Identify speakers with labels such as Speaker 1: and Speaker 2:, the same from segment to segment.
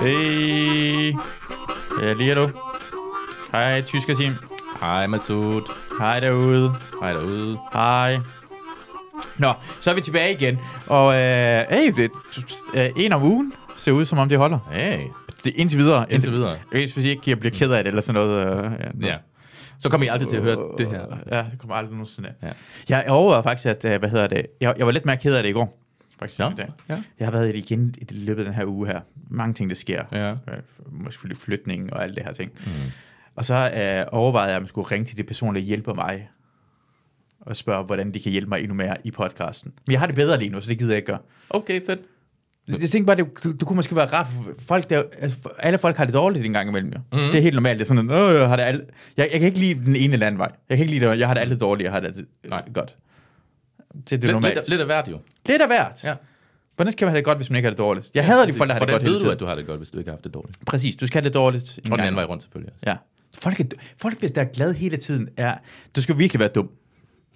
Speaker 1: Hey. Ja, lige nu. Hej, tyskerteam.
Speaker 2: Hej Masud.
Speaker 1: Hej derude.
Speaker 2: Hej derude.
Speaker 1: Hej. Nå, så er vi tilbage igen. Og øh, hey, det, øh, en om ugen ser ud, som om det holder.
Speaker 2: Hey.
Speaker 1: Det, indtil videre.
Speaker 2: Indtil videre.
Speaker 1: Hvis hvis ikke jeg bliver ked af det, eller sådan noget. Øh, ja, nå.
Speaker 2: Ja. Så kommer I aldrig til at høre det her.
Speaker 1: Øh, Ja, det kommer aldrig nogensinde af.
Speaker 2: Ja.
Speaker 1: Jeg overvejede faktisk, at, øh, hvad hedder det, jeg, jeg var lidt mere ked af det i går. Faktisk,
Speaker 2: Nå,
Speaker 1: i dag.
Speaker 2: ja.
Speaker 1: Jeg har været i det igen i det løbet af den her uge her. Mange ting, der sker.
Speaker 2: Ja.
Speaker 1: Øh, Måske flytning og alt det her ting. Mm. Og så øh, overvejede jeg, at man skulle ringe til de personer, der hjælper mig. Og spørge, hvordan de kan hjælpe mig endnu mere i podcasten. Men jeg har det bedre lige nu, så det gider jeg ikke gøre.
Speaker 2: Okay, fedt.
Speaker 1: Jeg tænkte bare, det, det, det kunne måske være rart. for Folk der, altså, alle folk har det dårligt en gang imellem. Jo.
Speaker 2: Mhm.
Speaker 1: Mm. Det er helt normalt. Det er sådan, Åh, jeg, har det alt. Jeg, jeg kan ikke lide den ene eller anden vej. Jeg kan ikke lide det. Jeg har det altid dårligt. Jeg har det altid
Speaker 2: Nej.
Speaker 1: Nej. godt. Det, det er
Speaker 2: Lidt,
Speaker 1: normalt.
Speaker 2: lidt, lidt af hvert jo.
Speaker 1: Det er da værd.
Speaker 2: Ja.
Speaker 1: Ja. Hvordan skal man have det godt, hvis man ikke har det dårligt? Jeg hader de folk, der har det
Speaker 2: Hvordan
Speaker 1: godt hele
Speaker 2: ved du,
Speaker 1: tiden.
Speaker 2: at du har det godt, hvis du ikke har haft det dårligt?
Speaker 1: Præcis, du skal have det dårligt. en
Speaker 2: Og den
Speaker 1: gang.
Speaker 2: anden vej rundt selvfølgelig. også.
Speaker 1: Ja. Folk, er, folk, hvis der er glad hele tiden, er... Du skal virkelig være dum.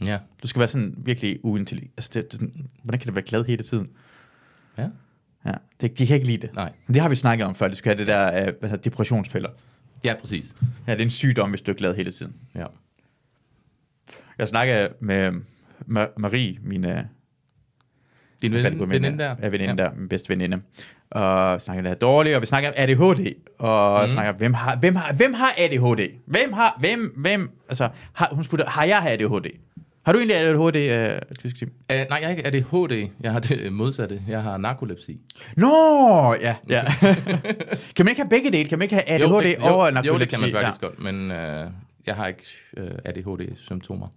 Speaker 2: Ja.
Speaker 1: Du skal være sådan virkelig uintelligent. Altså, det, det, er sådan, hvordan kan det være glad hele tiden?
Speaker 2: Ja.
Speaker 1: Ja, det, de kan ikke lide det.
Speaker 2: Nej.
Speaker 1: Men det har vi snakket om før. Du skal have det der øh, hvad hedder, depressionspiller.
Speaker 2: Ja, præcis.
Speaker 1: Ja, det er en sygdom, hvis du er glad hele tiden.
Speaker 2: Ja.
Speaker 1: Jeg snakkede med Ma- Marie, min øh,
Speaker 2: Din
Speaker 1: rigtig
Speaker 2: veninde,
Speaker 1: gode
Speaker 2: veninde der.
Speaker 1: Ja, veninde
Speaker 2: ja.
Speaker 1: der, min bedste veninde. Og snakker lidt dårligt, og vi snakker om ADHD, og
Speaker 2: Mhm.
Speaker 1: mm. snakker, hvem har, hvem, har, hvem har ADHD? Hvem har, hvem, hvem, altså, har, hun spurgte, har jeg ADHD? Har du egentlig ADHD, øh, tysk team?
Speaker 2: Uh, nej, jeg er ikke ADHD. Jeg har det modsatte. Jeg har narkolepsi.
Speaker 1: Nå, ja, ja. kan man ikke have begge dele? Kan man ikke have ADHD
Speaker 2: det,
Speaker 1: over
Speaker 2: jo,
Speaker 1: narkolepsi?
Speaker 2: jo, det kan man faktisk
Speaker 1: ja.
Speaker 2: ja. godt, men øh, jeg har ikke øh, ADHD-symptomer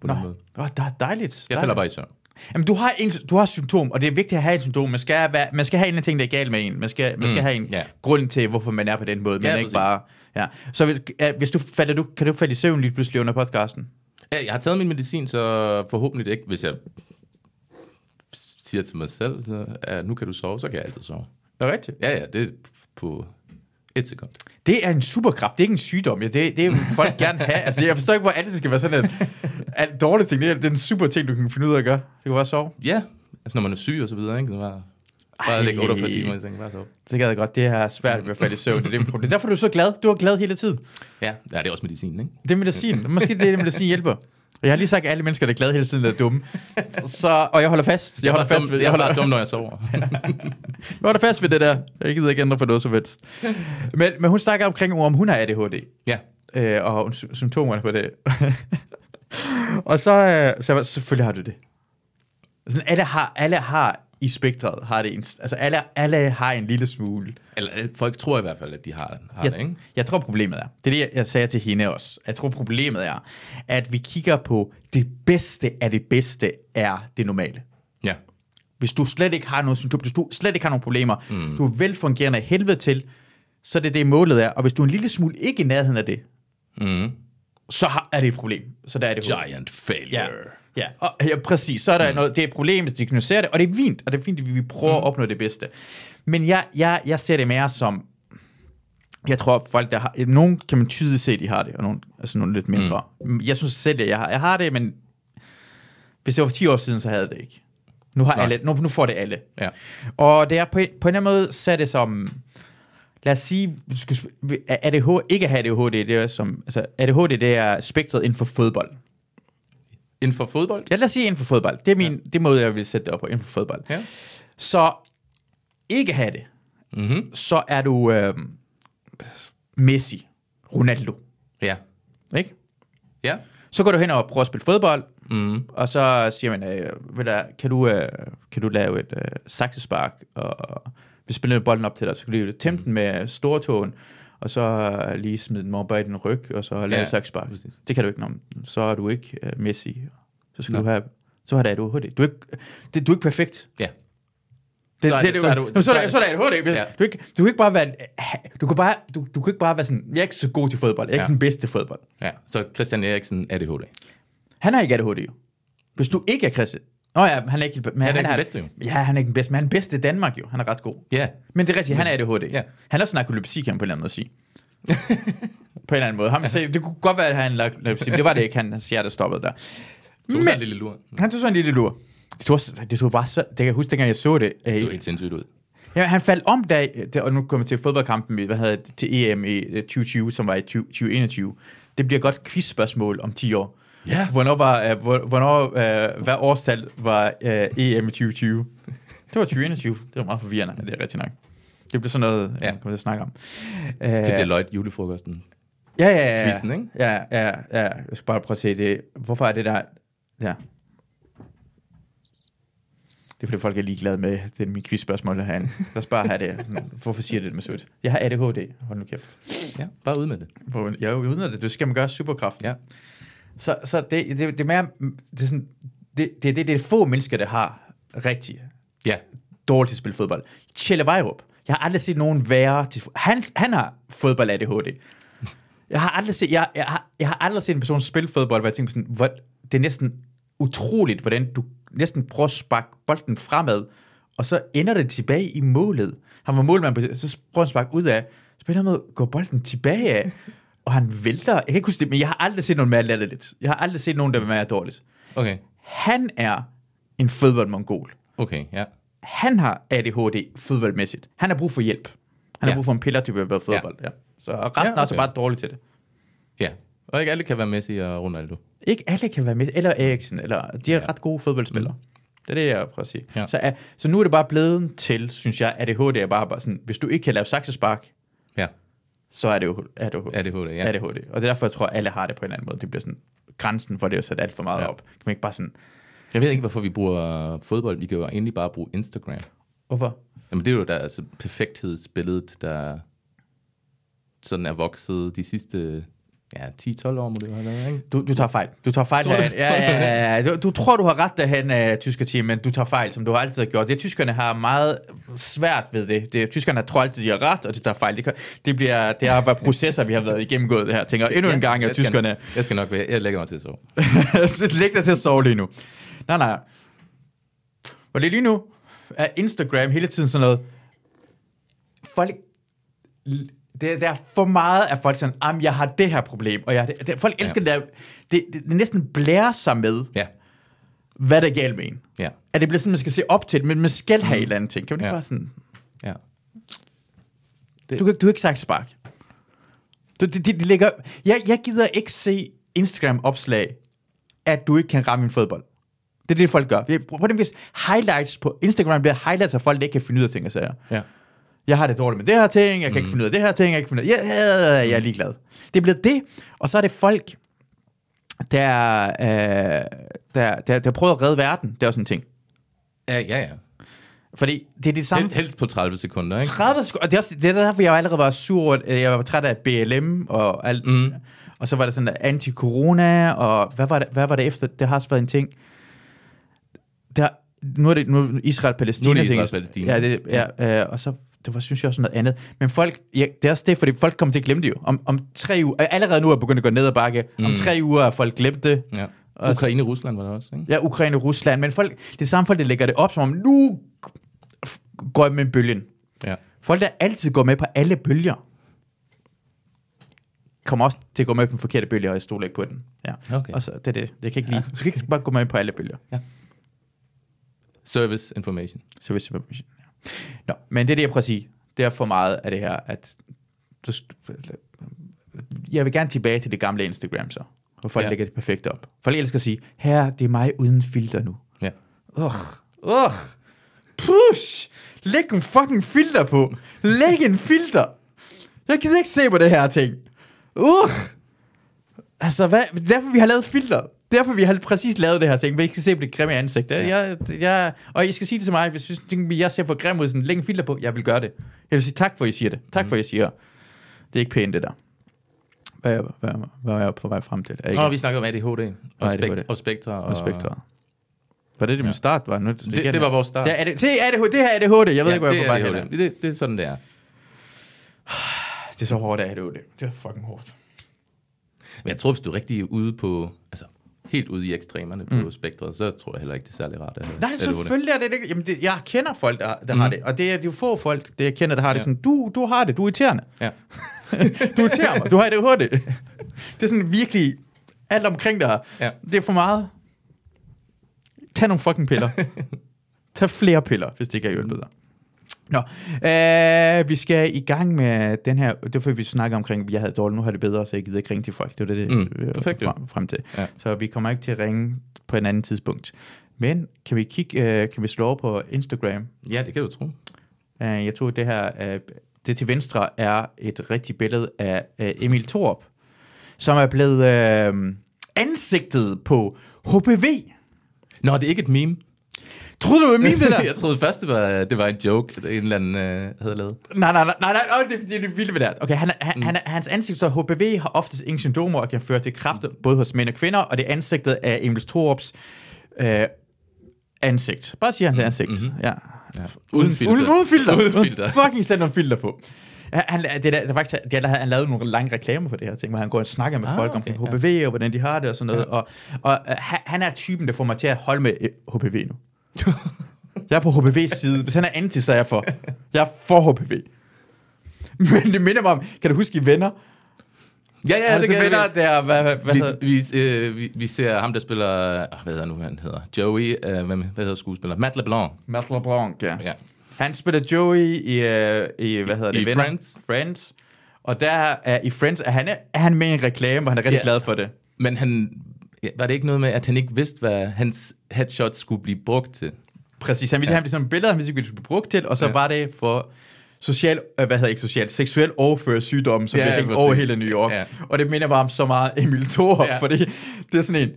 Speaker 2: på
Speaker 1: Nå,
Speaker 2: den måde.
Speaker 1: Åh, der er dejligt.
Speaker 2: Jeg falder bare i søvn.
Speaker 1: Jamen, du har, en, du har et symptom, og det er vigtigt at have et symptom. Man skal, være, man skal have en af ting, der er galt med en. Man skal, man skal
Speaker 2: Mm,
Speaker 1: mm, have en
Speaker 2: ja.
Speaker 1: yeah. grund til, hvorfor man er på den måde. Man
Speaker 2: Ja,
Speaker 1: er ikke
Speaker 2: præcis.
Speaker 1: bare... Ja. Så hvis, ja, hvis du falder, du, kan du falde i søvn lige pludselig under podcasten?
Speaker 2: Ja, jeg har taget min medicin, så forhåbentlig ikke, hvis jeg siger til mig selv, så, ja, nu kan du sove, så kan jeg altid sove.
Speaker 1: Er det rigtigt?
Speaker 2: Ja, ja, det er på et sekund.
Speaker 1: Det er en superkraft. Det er ikke en sygdom. Ja, det, det vil folk gerne have. Altså, jeg forstår ikke, hvor alt det skal være sådan en, en dårlig ting. Det er, det er en super ting, du kan finde ud af at gøre. Det kan bare sove.
Speaker 2: Ja, altså når man er syg og så videre, ikke? Så bare, bare
Speaker 1: Ej.
Speaker 2: lægge 48 timer i sengen, bare sove.
Speaker 1: Det gad jeg godt. Det er svært ved at falde i søvn. Det er, det, mit problem. det er derfor, du er så glad. Du er glad hele tiden.
Speaker 2: Ja, ja, det er også medicin, ikke?
Speaker 1: Det er medicin. Måske det er det, medicin hjælper. Og jeg har lige sagt, at alle mennesker, der er glade hele tiden, er dumme. Så, og jeg holder fast. Jeg,
Speaker 2: Jeg,
Speaker 1: holder
Speaker 2: er, bare
Speaker 1: fast
Speaker 2: dum,
Speaker 1: ved,
Speaker 2: jeg
Speaker 1: jeg,
Speaker 2: er bare
Speaker 1: holder,
Speaker 2: dum, når jeg sover.
Speaker 1: jeg holder fast ved det der. Jeg gider ikke ændre på noget som helst. Men, men hun snakker omkring, om hun har ADHD.
Speaker 2: ja,
Speaker 1: Øh, og hun- sy- symptomerne på det. og så, øh, så jeg var, selvfølgelig har du det. Sådan, alle, har, alle har i spektret, har det en, altså alle, alle har en lille smule.
Speaker 2: eller øh, folk tror i hvert fald, at de har, har det,
Speaker 1: jeg,
Speaker 2: ikke?
Speaker 1: jeg tror problemet er, det er det, jeg- jeg sagde til hende også, jeg tror problemet er, at vi kigger på det bedste af det bedste er det normale.
Speaker 2: Ja,
Speaker 1: Hvis du slet ikke har nogen symptomer, hvis du slet ikke har nogen problemer, mm. du er velfungerende af helvede til, så er det det målet er. Og hvis du er en lille smule ikke i nærheden af det,
Speaker 2: Mhm.
Speaker 1: så har, er det et problem. Mm. Så der er det hovedet.
Speaker 2: giant failure.
Speaker 1: Ja, og, ja præcis. Så er der mm. noget, det er et problem, hvis de ignorerer det, og det er fint, og det er fint, at vi vi prøver mm. at opnå det bedste. Men jeg, jeg, jeg ser det mere som, jeg tror, at folk, der har, nogen kan man tydeligt se, de har det, og nogen, altså nogle lidt mindre. Mm. Jeg synes selv, at jeg har, jeg har det, men hvis det var for 10 år siden, så havde jeg det ikke. Nu, har
Speaker 2: Nej.
Speaker 1: alle, nu, nu får det alle.
Speaker 2: Ja.
Speaker 1: Og det er på, en- på en eller anden måde, så er det som, lad os sige, du skulle, sp- er ADHD, ikke at have ADHD, det er som, altså ADHD, det er spektret inden for fodbold.
Speaker 2: Inden for fodbold?
Speaker 1: Ja, lad os sige inden for fodbold. Det er min, ja. det måde, jeg vil sætte det op på, inden for fodbold.
Speaker 2: Ja.
Speaker 1: Så ikke have det,
Speaker 2: Mhm.
Speaker 1: så er du øh, Messi, Ronaldo,
Speaker 2: Ja.
Speaker 1: ikke?
Speaker 2: Ja.
Speaker 1: Så går du hen og prøver at spille fodbold,
Speaker 2: Mm.
Speaker 1: og så siger man, øh, ved du, hvad, kan, du, øh, kan du lave et øh, saksespark, og, og vi spiller bolden op til dig, så kan du lige
Speaker 2: Mm.
Speaker 1: tæmme den med stortåen, og så øh, lige smide den over bag din ryg, og så lave
Speaker 2: Ja,
Speaker 1: et saksespark.
Speaker 2: præcis.
Speaker 1: Det kan du ikke, når så er du ikke øh, Messi. Så skal
Speaker 2: Nå.
Speaker 1: Nå. du have så har der et ADHD. Du er ikke, det, du er ikke perfekt.
Speaker 2: Ja.
Speaker 1: Det,
Speaker 2: Så er
Speaker 1: det,
Speaker 2: det-
Speaker 1: det, det,
Speaker 2: så er du-
Speaker 1: Jamen, så, er
Speaker 2: så er-
Speaker 1: der- så er der et hurtigt.
Speaker 2: Ja.
Speaker 1: Ja. Du, kan ikke, du kan ikke bare være... Du kan, bare, du, du kan ikke bare være sådan... Jeg er ikke så god til fodbold. Jeg er ikke
Speaker 2: Ja.
Speaker 1: den bedste til fodbold.
Speaker 2: Ja, så Christian Eriksen ADHD.
Speaker 1: Han har ikke ADHD, jo. Hvis du ikke er Christian... Nå ja, han er ikke, men
Speaker 2: er
Speaker 1: han
Speaker 2: ikke
Speaker 1: har-
Speaker 2: den bedste, jo.
Speaker 1: Ja, han er ikke den bedste, men han er den bedste i Danmark, jo. Han er ret god.
Speaker 2: Ja.
Speaker 1: Men det er rigtigt, han er ADHD.
Speaker 2: Ja.
Speaker 1: Ja. Han har også narkolepsi, kan man på en eller anden måde sige. på en eller anden måde. Ham, se, det kunne godt være, at han havde narkolepsi, men det var det ikke. Han, hans hjerte stoppede der.
Speaker 2: Så
Speaker 1: Men
Speaker 2: Men... en lille lur.
Speaker 1: han tog sådan en lille lur. Det tog, det tog bare så... Det kan jeg huske, dengang jeg så det.
Speaker 2: Det
Speaker 1: øh,
Speaker 2: så helt sindssygt ud.
Speaker 1: Ja, han faldt om, da, da og nu kommer jeg til fodboldkampen i, hvad hedder det, til EM i øh, 2020, som var i 20, 2021. Det bliver et godt quizspørgsmål om 10 år.
Speaker 2: Ja.
Speaker 1: Hvornår var, øh, hvor- hvornår, øh, hvad årstal var øh, EM i 2020? Det var 2021. Det var meget forvirrende, det er rigtigt nok. Det blev sådan noget, ja.
Speaker 2: Ja.
Speaker 1: man kommer til at snakke om.
Speaker 2: Til
Speaker 1: Øh,
Speaker 2: Deloitte julefrokosten.
Speaker 1: Ja, ja, ja.
Speaker 2: Quizzen, ikke?
Speaker 1: Ja, ja, ja. Jeg skal bare prøve at se det. Hvorfor er det der... Ja. Det er fordi folk er ligeglade med den min quizspørgsmål herinde. Lad os bare have det. Hvorfor siger det med sødt? Jeg har ADHD. Hold nu kæft.
Speaker 2: Ja, bare ud med det.
Speaker 1: Hvor- Jeg er jo uden af det. Det skal man gøre superkraft.
Speaker 2: Ja.
Speaker 1: Så, så det, det, det, er mere, det, er sådan, det, det, det, det er få mennesker, der har rigtigt
Speaker 2: Ja.
Speaker 1: dårligt til at spille fodbold. Tjelle Vejrup. Jeg har aldrig set nogen være til... Han, han har fodbold-ADHD. Jeg har aldrig set, jeg, jeg, har, jeg har aldrig set en person spille fodbold, hvor jeg tænker sådan, hvor, det er næsten utroligt, hvordan du næsten prøver at sparke bolden fremad, og så ender det tilbage i målet. Han var målmand, på, så prøver han at sparke ud af, så på en eller anden måde går bolden tilbage af, og han vælter. Jeg kan ikke huske det, men jeg har aldrig set nogen mere latterligt. Jeg har aldrig set nogen, der vil være dårligt.
Speaker 2: Okay.
Speaker 1: Han er en fodboldmongol
Speaker 2: Okay, ja.
Speaker 1: han har ADHD fodboldmæssigt. Han har brug for hjælp. Han har
Speaker 2: Ja.
Speaker 1: brug for en piller til at blive bedre fodbold. Ja. Ja. Så og resten ja,
Speaker 2: Ja,
Speaker 1: okay. er også
Speaker 2: okay.
Speaker 1: bare dårlig til det.
Speaker 2: Ja. Og ikke alle kan være Messi og Ronaldo.
Speaker 1: Ikke alle kan være med, eller Eriksen, eller de er ja. ret gode fodboldspillere. Det er det, jeg prøver at sige. Ja.
Speaker 2: Ja.
Speaker 1: Så, uh, så nu er det bare blevet til, synes jeg, ADHD er bare, bare sådan, hvis du ikke kan lave saksespark,
Speaker 2: Ja.
Speaker 1: så er det jo ADHD. Ja.
Speaker 2: ADHD, ja.
Speaker 1: ADHD. Og det er derfor, jeg tror, alle har det på en eller anden måde. Det bliver sådan grænsen for det er sat alt for meget ja.
Speaker 2: Ja.
Speaker 1: op. Kan man ikke bare sådan,
Speaker 2: Jeg ved ikke, hvorfor vi bruger fodbold. Vi kan jo egentlig bare bruge Instagram.
Speaker 1: hvorfor?
Speaker 2: Jamen, det er jo der altså, perfekthedsbilledet, der sådan er vokset de sidste ja, 10-12 år, må det jo have været, ikke?
Speaker 1: Du, du tager fejl. Du tager fejl.
Speaker 2: Tror du?
Speaker 1: Tror ja, ja, ja, ja. Du, du tror, du har ret derhen, uh, tysker team, men du tager fejl, som du altid har gjort. Det tyskerne har meget svært ved det. det tyskerne tror altid, de har ret, og de tager fejl. Det, kan- det, bliver, det har været processer, vi har været igennemgået her. Jeg tænker, endnu en gang, at
Speaker 2: jeg skal-
Speaker 1: tyskerne...
Speaker 2: Jeg skal nok være, jeg lægger mig til at sove.
Speaker 1: Så Læg dig til at sove lige nu. Nej, nej. Og det er lige nu, er Instagram hele tiden sådan noget... Folk... Det, der er for meget af folk sådan, "Jamen, jeg har det her problem, og jeg har det. det folk elsker ja. det, der, det, det, det næsten blærer sig med,
Speaker 2: Ja,
Speaker 1: hvad der er galt med en.
Speaker 2: ja,
Speaker 1: At det bliver sådan, man skal se op til det, men man skal have mm. et eller andet ting. Kan man ikke
Speaker 2: Ja.
Speaker 1: bare sådan...
Speaker 2: ja.
Speaker 1: Du, kan- du har ikke sagt spark. Du, det, det, det ligger, jeg, jeg gider ikke se Instagram-opslag, at du ikke kan ramme en fodbold. Det er det, folk gør. Jeg- Prøv prøv at hvis highlights på Instagram bliver highlights af folk, der ikke kan finde ud af ting og sager.
Speaker 2: ja.
Speaker 1: Jeg har det dårligt med det her ting, jeg kan ikke finde ud af det her ting, jeg kan ikke finde ud af... Ja, ja, ja, ja, jeg er ligeglad. Det er blevet det, og så er det folk, der, øh, der, der, der prøver at redde verden. Det er også en ting.
Speaker 2: Ja, ja, ja.
Speaker 1: Fordi det er det samme...
Speaker 2: Hel, helst på 30 sekunder, ikke?
Speaker 1: 30 sekunder. Og det er, også, det er derfor, jeg allerede var sur over, at jeg var træt af BLM og alt. Mm. Og så var der sådan der anti-corona, og hvad var, det, hvad var det efter? Det har også været en ting. Der, nu er det nu er det Israel-Palæstina.
Speaker 2: Nu er det
Speaker 1: ting.
Speaker 2: Israel-Palæstina.
Speaker 1: Ja, det, ja øh, og så det var, synes jeg også noget andet. Men folk, ja, det er også det, fordi folk kommer til at glemme det jo. Om, om tre uger, øh, allerede nu er jeg begyndt at gå ned ad bakke. Mm. Om tre uger er folk glemt det.
Speaker 2: Ja.
Speaker 1: Og-
Speaker 2: Ukraine og Rusland var der også, ikke?
Speaker 1: Ja, Ukraine, Rusland. Men folk, det er samme folk, der lægger det op, som om nu f- går jeg med bølgen.
Speaker 2: Ja.
Speaker 1: Folk, der altid går med på alle bølger, kommer også til at gå med på den forkerte bølge, og jeg stoler ikke på den. Ja.
Speaker 2: Okay.
Speaker 1: Og så, det er det. Jeg kan ikke lide. Du skal ikke bare gå med på alle bølger.
Speaker 2: Service information.
Speaker 1: Så hvis jeg... Ja. Nå, men det er det, jeg prøver at sige. Det er for meget af det her, at... Du, jeg vil gerne tilbage til det gamle Instagram så, hvor folk ja.
Speaker 2: Ja.
Speaker 1: lægger det perfekt op. Folk elsker at sige, her, det er mig uden filter nu.
Speaker 2: Ja.
Speaker 1: Ugh, ugh, push, læg en fucking filter på, læg en filter. Jeg gider ikke se på det her ting. Ugh. Uh! Altså, hvad? derfor vi har lavet filter. Derfor vi har præcis lavet det her ting, men I skal se på det grimme ansigt. Ja. Jeg, jeg, og I skal sige det til mig, hvis I synes, jeg ser for grim ud, sådan, læg en filter på, jeg vil gøre det. Jeg vil sige tak for, at I siger det. Tak
Speaker 2: Mhm.
Speaker 1: mm. for, at I siger, det er ikke pænt det der. Hvad er, hvad, er- hvad er jeg på vej frem til? Er
Speaker 2: Nå, vi snakkede om ADHD og,
Speaker 1: ADHD.
Speaker 2: spekt- og spektra.
Speaker 1: og spektret. Var det det, min start var? Nu,
Speaker 2: Det, det, var vores start.
Speaker 1: det, er ADHD, det, er ADHD, det her er ADHD. Jeg ved ikke, hvor jeg er på vej
Speaker 2: det,
Speaker 1: hen.
Speaker 2: ADHD. det, det er sådan, det er.
Speaker 1: Ah, Det er så hårdt af ADHD. Det er fucking hårdt.
Speaker 2: Men jeg tror, hvis du er rigtig ude på, altså helt ude i ekstremerne på mm. spektret, så tror jeg heller ikke, det er særlig rart. At,
Speaker 1: Nej,
Speaker 2: at det er det.
Speaker 1: selvfølgelig er det det. Jamen, det, jeg kender folk, der, der mm. har det. Og det er det er jo få folk, det jeg kender, der har ja. det
Speaker 2: Ja.
Speaker 1: sådan, du, du har det, du er irriterende.
Speaker 2: Ja.
Speaker 1: Du irriterer mig, du har ADHD. det er sådan virkelig alt omkring dig.
Speaker 2: Ja.
Speaker 1: Det er for meget. Tag nogle fucking piller. Tag flere piller, hvis det ikke har hjulpet dig. Nå, øh, vi skal i gang med den her, det var fordi vi snakker omkring, jeg havde dårligt, nu har det bedre, så jeg gider ikke ringe til folk, det var det,
Speaker 2: Mm,
Speaker 1: det vi var
Speaker 2: perfekt, jo.
Speaker 1: frem, frem til.
Speaker 2: Ja.
Speaker 1: Ja. Så vi kommer ikke til at ringe på en anden tidspunkt. Men kan vi kigge, øh, kan vi slå over på Instagram?
Speaker 2: Ja, det kan du tro.
Speaker 1: Øh, jeg tror det her, øh, det til venstre er et rigtigt billede af øh, Emil Thorup, som er blevet øh, ansigtet på HPV.
Speaker 2: Nå, det er ikke et meme.
Speaker 1: Tror du, det var min det der?
Speaker 2: jeg troede først, det var, det var en joke, det en eller anden øh, havde lavet.
Speaker 1: Nej, nej, nej, nej, nej, nej det, det er det vilde ved det. er. Okay, han, er- han, mm. han, er- hans ansigt, så HPV har oftest ingen symptomer og kan føre til kræft både hos mænd og kvinder, og det er ansigtet af Emil Thorups øh, ansigt. Bare sig hans ansigt. Mm-hmm. Ja.
Speaker 2: Ja.
Speaker 1: Uden filter. Uden, uden filter.
Speaker 2: Uden filter.
Speaker 1: Fucking sæt nogle filter på. Han- Han, det der, det er faktisk, det der, han lavede nogle lange reklamer for det her ting, hvor han går og snakker med
Speaker 2: Ah,
Speaker 1: ah, folk okay, om
Speaker 2: okay,
Speaker 1: HPV og hvordan de har det og sådan noget. Ja. Og, og øh, han, han er typen, der får mig til at holde med øh, HPV nu. Jeg er på HPV's side. Hvis han er anti, så er jeg for. Jeg er for HPV. Men det minder mig om, kan du huske i Venner?
Speaker 2: Ja, ja,
Speaker 1: Ja,
Speaker 2: det
Speaker 1: det
Speaker 2: kan jeg.
Speaker 1: venner, der, hvad, hvad, hvad hedder
Speaker 2: Vi, vi, øh, vi, vi ser ham, der spiller... ah, Hvad hedder nu, han hedder? Joey, øh, hvem, hvad hedder skuespiller? Matt LeBlanc.
Speaker 1: Matt LeBlanc, ja.
Speaker 2: Ja.
Speaker 1: Han spiller Joey i, øh, i hvad hedder det,
Speaker 2: I
Speaker 1: Venner?
Speaker 2: Friends.
Speaker 1: Friends. Og der er, i Friends er han, er han med i en reklame, og han er rigtig
Speaker 2: Ja.
Speaker 1: yeah. glad for det.
Speaker 2: Men han... ja, Var det ikke noget med, at han ikke vidste, hvad hans headshot skulle blive brugt til?
Speaker 1: Præcis, han ville ja. have det som billeder, han ville ikke ville blive brugt til, og så
Speaker 2: Ja.
Speaker 1: ja. var det for social, øh, hvad hedder ikke social, seksuel overført sygdomme, som
Speaker 2: Ja,
Speaker 1: ja,
Speaker 2: ja,
Speaker 1: hængt
Speaker 2: præcis.
Speaker 1: over hele New York.
Speaker 2: Ja.
Speaker 1: Ja. Og det minder bare om så meget Emil Thorup,
Speaker 2: Ja.
Speaker 1: ja. fordi det er sådan en...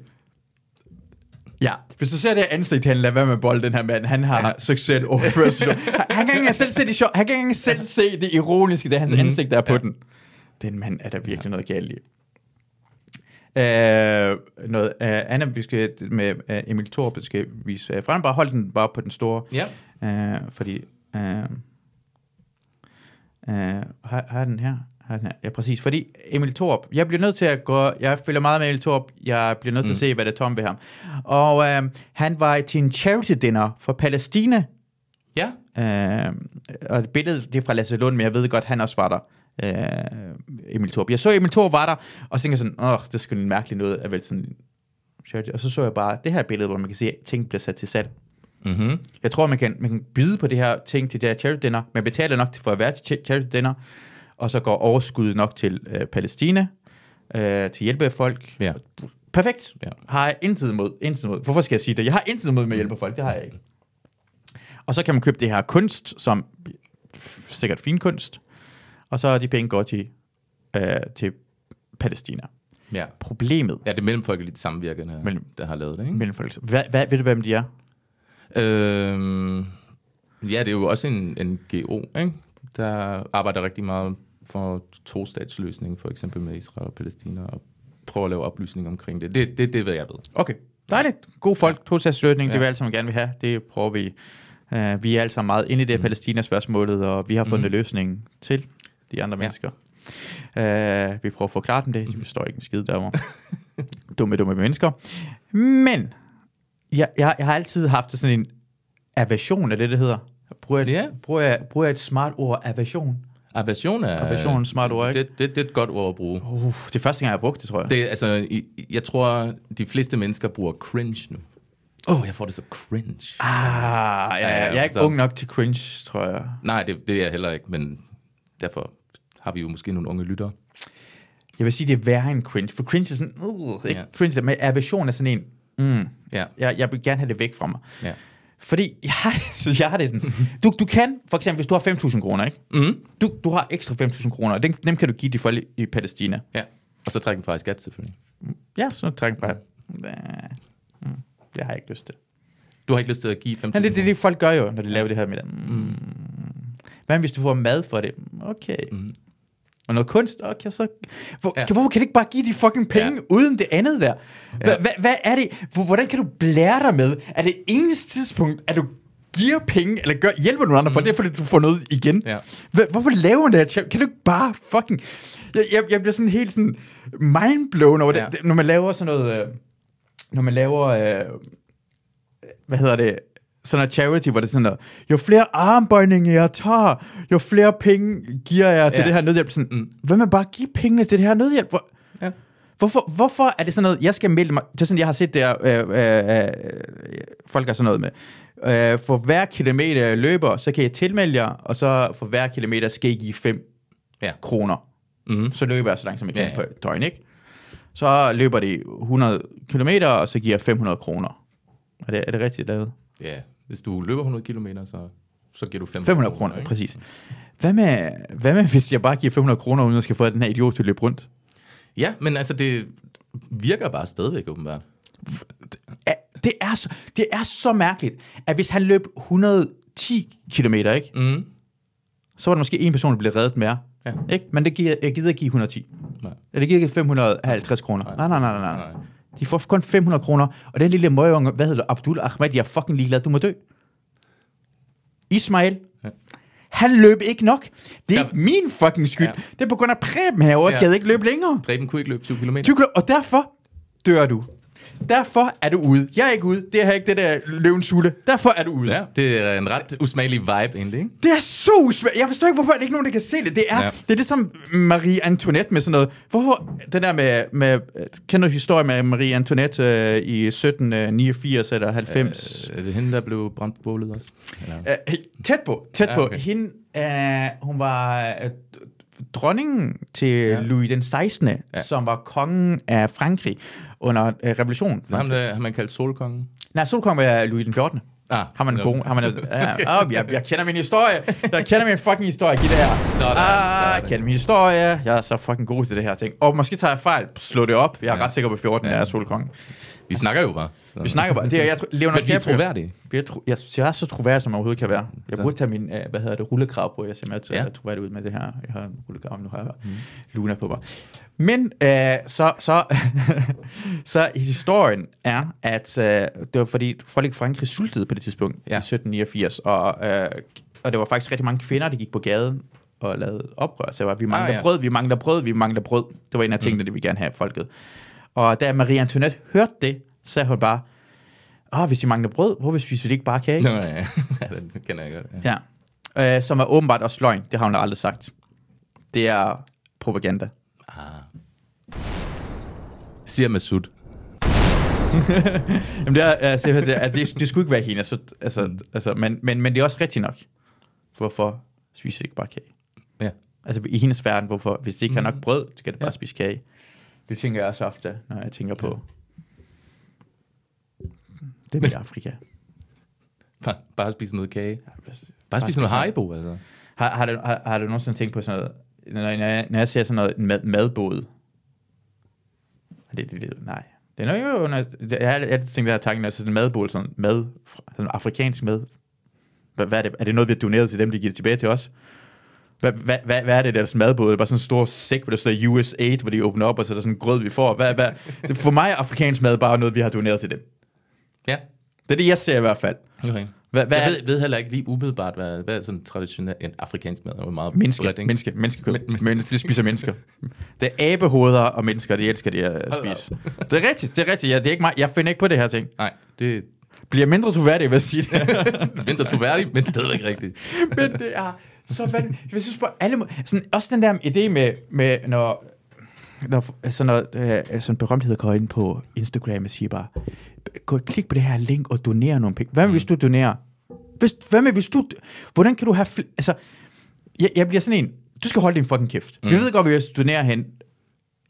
Speaker 1: Ja, hvis du ser det her ansigt, han lader være med at bolde den her mand, han har
Speaker 2: Ja.
Speaker 1: ja. seksuel overført sygdomme. Han- Han kan ikke engang selv se det sjov, han kan ikke engang selv se det ironiske, det er hans
Speaker 2: Mhm.
Speaker 1: mm-hmm. ansigt, der er på
Speaker 2: Ja.
Speaker 1: ja. den. Den mand er der virkelig ja. noget galt i. Øh, noget øh, andet, vi skal med øh, Emil Thorup, vi skal vise øh, frem. Bare hold den bare på den store.
Speaker 2: Ja.
Speaker 1: Øh, fordi... Øh, øh, har, har jeg den her? Har jeg den her? Ja, præcis. Fordi Emil Thorup, jeg bliver nødt til at gå... Jeg følger meget med Emil Thorup. Jeg bliver nødt mm. til at se, hvad der er tom ved ham. Og øh, han var til en charity dinner for Palæstina.
Speaker 2: Ja.
Speaker 1: Øh, og et billede, det er fra Lasse Lund, men jeg ved godt, han også var der. Øh, Emil Thorup. Jeg så Emil Thorup var der, og så tænkte jeg sådan, åh, det skulle en mærkelig noget af vel sådan... charity." Og så så jeg bare det her billede, hvor man kan se, at ting bliver sat til salg.
Speaker 2: Mm-hmm.
Speaker 1: Jeg tror, man kan, man kan byde på det her ting til det her charity dinner. Man betaler nok til for at være til cha- charity dinner, og så går overskuddet nok til øh, Palæstina, øh, til hjælpe af folk.
Speaker 2: Ja.
Speaker 1: Perfekt.
Speaker 2: Ja.
Speaker 1: Ja. Har jeg intet imod, intet imod. Hvorfor skal jeg sige det? Jeg har intet imod med at hjælpe folk, det har jeg ikke. Og så kan man købe det her kunst, som f- sikkert fin kunst, og så er de penge går til, øh, til Palæstina.
Speaker 2: Ja.
Speaker 1: Problemet
Speaker 2: Ja, det er mellemfolkeligt samvirkende,
Speaker 1: Mellem-
Speaker 2: der har lavet det, ikke?
Speaker 1: mellem folk. Hvad, hvad, ved du, hvem de er?
Speaker 2: Øhm, ja, det er jo også en, en GO, ikke? der arbejder rigtig meget for to-statsløsning, for eksempel med Israel og Palæstina, og prøver at lave oplysning omkring det. Det, det, det ved jeg ved.
Speaker 1: Okay, dejligt. God folk, tostatsløsning, ja.
Speaker 2: Ja.
Speaker 1: det vil vi alle sammen gerne vil have. Det prøver vi. Uh, vi er alle sammen meget inde i det mm. Palæstina-spørgsmålet, og vi har fundet mm. løsningen til de andre
Speaker 2: Ja.
Speaker 1: ja. mennesker. Uh, vi prøver at forklare dem det. De forstår ikke en skid derovre. dumme, dumme mennesker. Men jeg, jeg, jeg har altid haft sådan en aversion af det, det hedder. Bruger jeg,
Speaker 2: Ja.
Speaker 1: yeah. bruger jeg, bruger jeg et smart ord, aversion?
Speaker 2: Aversion er...
Speaker 1: Aversion er et smart ord, ikke?
Speaker 2: Det, det, det er et godt ord at bruge.
Speaker 1: Uh, det er første gang, jeg har brugt det, tror jeg.
Speaker 2: Det, er, altså, i- i- jeg tror, de fleste mennesker bruger cringe nu. Åh, oh, jeg får det så cringe. Ah.
Speaker 1: Ah, ja, ja,
Speaker 2: Ja,
Speaker 1: jeg er ikke
Speaker 2: så-
Speaker 1: ung nok til cringe, tror jeg.
Speaker 2: Nej, det, det er jeg heller ikke, men derfor har vi jo måske nogle unge lyttere.
Speaker 1: Jeg vil sige, det er værre end cringe, for cringe er sådan, uh, ikke
Speaker 2: Ja.
Speaker 1: ja. cringe, men aversion er sådan en, mm,
Speaker 2: Ja,
Speaker 1: jeg, jeg vil gerne have det væk fra mig.
Speaker 2: ja.
Speaker 1: Fordi jeg har, jeg har det sådan, du, du kan, for eksempel, hvis du har 5.000 kroner, ikke?
Speaker 2: Mm.
Speaker 1: Du, du har ekstra 5.000 kroner, og dem, dem kan du give de folk i, i Palæstina.
Speaker 2: ja. Og så trækker den fra i skat, selvfølgelig.
Speaker 1: Ja, så træk bare. Næh, mm, Det har jeg ikke lyst til.
Speaker 2: Du har ikke lyst til at give 5.000
Speaker 1: Men det er det, det, folk gør jo, når de laver det her middag. Mm. Hvad hvis du får mad for det? Okay.
Speaker 2: Mm.
Speaker 1: Mm. Og noget kunst? Okay, så... Hvor,
Speaker 2: Ja.
Speaker 1: ja. Hvorfor kan du ikke bare give de fucking penge
Speaker 2: Ja.
Speaker 1: ja. uden det andet der? Hva,
Speaker 2: Ja.
Speaker 1: ja. hva, hvad er det? Hvor, hvordan kan du blære dig med, at det eneste tidspunkt, at du giver penge, eller gør, hjælper nogle andre mm. folk, det er fordi, du får noget igen?
Speaker 2: Ja.
Speaker 1: Hva, hvorfor laver man det her? Tjep? Kan du ikke bare fucking... Jeg, jeg, jeg bliver sådan helt sådan mindblown over
Speaker 2: Ja.
Speaker 1: ja. det, det, når man laver sådan noget... Øh, når man laver... Øh, hvad hedder det, sådan noget charity, hvor det er sådan noget, jo flere armbøjninger jeg tager, jo flere penge giver jeg til
Speaker 2: Ja.
Speaker 1: ja. det her nødhjælp. Sådan,
Speaker 2: Mm.
Speaker 1: mm. Hvad med bare at give pengene til det her nødhjælp? Hvor,
Speaker 2: Ja.
Speaker 1: hvorfor, hvorfor er det sådan noget, jeg skal melde mig, det er sådan, jeg har set der, øh, øh, øh, folk er sådan noget med, Øh, for hver kilometer jeg løber, så kan jeg tilmelde jer, og så for hver kilometer skal I give 5
Speaker 2: Ja.
Speaker 1: kroner.
Speaker 2: Mm.
Speaker 1: Så løber jeg så langt, som jeg kan
Speaker 2: Ja,
Speaker 1: ja,
Speaker 2: ja.
Speaker 1: ja. på et døgn, ikke? Så løber det 100 kilometer, og så giver jeg 500 kroner. Er det, er det rigtigt lavet?
Speaker 2: Ja, hvis du løber 100 km, så, så giver du
Speaker 1: 500 kroner,
Speaker 2: ikke?
Speaker 1: præcis. Hvad med, hvad med, hvis jeg bare giver 500 kroner, uden at skal få den her idiot til at løbe rundt?
Speaker 2: Ja, men altså, det virker bare stadigvæk åbenbart.
Speaker 1: Ja, Det er, så, det er så mærkeligt, at hvis han løb 110 kilometer, ikke?
Speaker 2: Mm.
Speaker 1: så var der måske en person, der blev reddet mere.
Speaker 2: Ja.
Speaker 1: Ikke? Men det giver, jeg gider ikke give 110.
Speaker 2: Nej.
Speaker 1: Eller det giver ikke 550 kroner.
Speaker 2: Nej.
Speaker 1: Nej, nej, nej, nej. nej.
Speaker 2: Nej.
Speaker 1: De får kun 500 kroner. Og den lille møgeunge, hvad hedder du, Abdul Ahmed, jeg er fucking ligeglad, du må dø. Ismail,
Speaker 2: Ja.
Speaker 1: han løb ikke nok. Det er
Speaker 2: Ja.
Speaker 1: ikke min fucking skyld.
Speaker 2: Ja.
Speaker 1: Det er på grund af Preben herovre,
Speaker 2: Ja.
Speaker 1: jeg gad ikke løbe længere.
Speaker 2: Preben kunne ikke løbe 20 km.
Speaker 1: Du kan, og derfor dør du. Derfor er du ude. Jeg er ikke ude. Det er her ikke det der løvens hule. Derfor er du ude.
Speaker 2: Ja, det er en ret usmagelig vibe egentlig, ikke?
Speaker 1: Det er så usvært. Jeg forstår ikke, hvorfor der ikke er nogen, der kan se det. Det er,
Speaker 2: Ja.
Speaker 1: ja. det er ligesom Marie Antoinette med sådan noget. Hvorfor den der med... med kender du historien med Marie Antoinette øh, i 1789 eller 90?
Speaker 2: Øh, er det hende, der blev brændt på bålet også? Eller?
Speaker 1: Øh, øh, tæt på, tæt
Speaker 2: Ja,
Speaker 1: på.
Speaker 2: okay.
Speaker 1: Hende, øh, hun var øh, dronningen til
Speaker 2: Ja.
Speaker 1: ja. Louis den 16.,
Speaker 2: Ja.
Speaker 1: ja. som var kongen af Frankrig under øh, revolutionen.
Speaker 2: Ham, der, ham man kaldt Solkongen?
Speaker 1: Nej, Solkongen var Louis den 14.
Speaker 2: Ah,
Speaker 1: Har man en
Speaker 2: netop.
Speaker 1: god... Har man en, ja, ah, jeg, jeg kender min historie. Jeg kender min fucking historie. Giv det her.
Speaker 2: Sådan,
Speaker 1: ah, jeg
Speaker 2: sådan.
Speaker 1: kender min historie. Jeg er så fucking god til det her ting. Og måske tager jeg fejl. Slå det op. Jeg er
Speaker 2: Ja.
Speaker 1: ja. ret sikker på 14, ja. jeg er solkongen.
Speaker 2: Vi snakker jo bare.
Speaker 1: Vi snakker bare. Det er, jeg, tror- Leonardo
Speaker 2: Men vi er
Speaker 1: DiCaprio.
Speaker 2: troværdige.
Speaker 1: Vi er tro- Jeg, jeg er så troværdig, som jeg overhovedet kan være. Jeg
Speaker 2: Så.
Speaker 1: burde tage min, øh, hvad hedder det, rullekrav på. Jeg ser mere
Speaker 2: Ja.
Speaker 1: ja. troværdig ud med det her. Jeg har en rullekrav, men nu har jeg mm. Luna på mig. Men øh, så, så, så historien er, at øh, det var fordi folk i Frankrig sultede på det tidspunkt
Speaker 2: Ja.
Speaker 1: ja. i 1789, og, øh, og det var faktisk rigtig mange kvinder, der gik på gaden og lavede oprør. Så det var, vi mangler
Speaker 2: Ah,
Speaker 1: ah,
Speaker 2: ja.
Speaker 1: ja. brød, vi mangler brød, vi mangler brød. Det var en af tingene, mm. det vi gerne have folket. Og da Marie Antoinette hørte det, sagde hun bare, Åh, hvis de mangler brød, hvorfor spiser de ikke bare kage?
Speaker 2: Nå, ja. ja, den kender jeg godt. Ja.
Speaker 1: Ja. Øh, som er åbenbart også løgn. Det har hun da aldrig sagt. Det er propaganda.
Speaker 2: Siger Masud.
Speaker 1: Jamen det er, altså, jeg hørte det, at det, det skulle ikke være hende. Altså, altså, altså, men, men, men det er også rigtigt nok. Hvorfor spiser de ikke bare kage?
Speaker 2: Ja.
Speaker 1: Altså i hendes verden, hvorfor? Hvis de ikke har nok brød, så kan det bare Mm.
Speaker 2: Ja.
Speaker 1: ja. spise kage. Det tænker jeg også ofte, når jeg tænker på... Det med Afrika.
Speaker 2: Bare, bare spise noget kage. Bare
Speaker 1: Bare
Speaker 2: spise
Speaker 1: spise-
Speaker 2: noget Haribo, altså.
Speaker 1: Har, har, du, har, har du nogensinde tænkt på sådan noget, når, når, jeg, når jeg ser sådan noget mad, madbåd? Det, det, det, nej. Det er nok jo under, det- jeg, har- jeg, jeg tænkte der tanken, altså sådan en madbåd, sådan mad, fra- sådan afrikansk mad. Hvad, hvad er det? Er det noget, vi har doneret til dem, de giver tilbage til os? Hvad, hvad, hvad, hvad er det deres madbåd? Det er bare sådan en stor sæk, hvor der står US aid, hvor de åbner op, og så er der sådan en grød, vi får. Hvad, hvad? Det, for mig er afrikansk mad bare noget, vi har doneret til dem.
Speaker 2: Ja,
Speaker 1: Det er det, jeg ser i hvert fald.
Speaker 2: okay.
Speaker 1: Hvad, hvad
Speaker 2: Jeg
Speaker 1: er
Speaker 2: ved, ved heller ikke lige umiddelbart, hvad, hvad er sådan traditionel en afrikansk mad? Det er jo meget
Speaker 1: Menneske,
Speaker 2: bredt, ikke?
Speaker 1: menneske, menneskekød. Men, de spiser mennesker. Det er abehoveder og mennesker, de elsker de at
Speaker 2: da op.
Speaker 1: spise. Det er rigtigt, det er rigtigt. Ja, det er ikke mig. Jeg finder ikke på det her ting.
Speaker 2: Nej, det er
Speaker 1: Bliver mindre troværdig ved at sige det.
Speaker 2: mindre troværdigt, men stadigvæk rigtigt.
Speaker 1: Men det er så vanvittigt. Jeg synes på alle må- sådan, Også den der idé med, med når, når sådan noget, øh, sådan berømthed går ind på Instagram og siger bare, gå og klik på det her link og doner nogle penge. Hvad med, hvis du donerer? Hvis, hvad med, hvis du... Hvordan kan du have... Fl- altså, jeg, jeg bliver sådan en, du skal holde din fucking kæft. Mm. Vi ved godt, at vi donerer hen.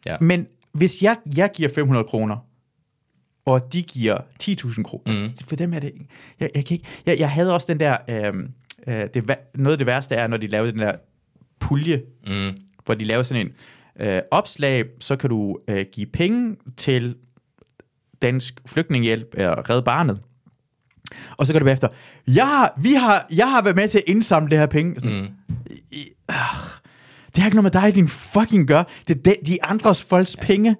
Speaker 2: Ja.
Speaker 1: Men hvis jeg, jeg giver 500 kroner, og de giver 10.000 kroner, mm. for dem er det... Jeg, jeg, kan ikke, jeg, jeg havde også den der... Øh, øh, det, va- noget af det værste er, når de lavede den der pulje,
Speaker 2: Mm.
Speaker 1: hvor de laver sådan en øh, opslag, så kan du øh, give penge til Dansk Flygtningehjælp og Red Barnet. Og så går det bagefter, jeg har, vi har, jeg har været med til at indsamle det her penge. Sådan, mm. I, øh, det har ikke noget med dig, din fucking gør. Det er de, de andres folks ja. penge.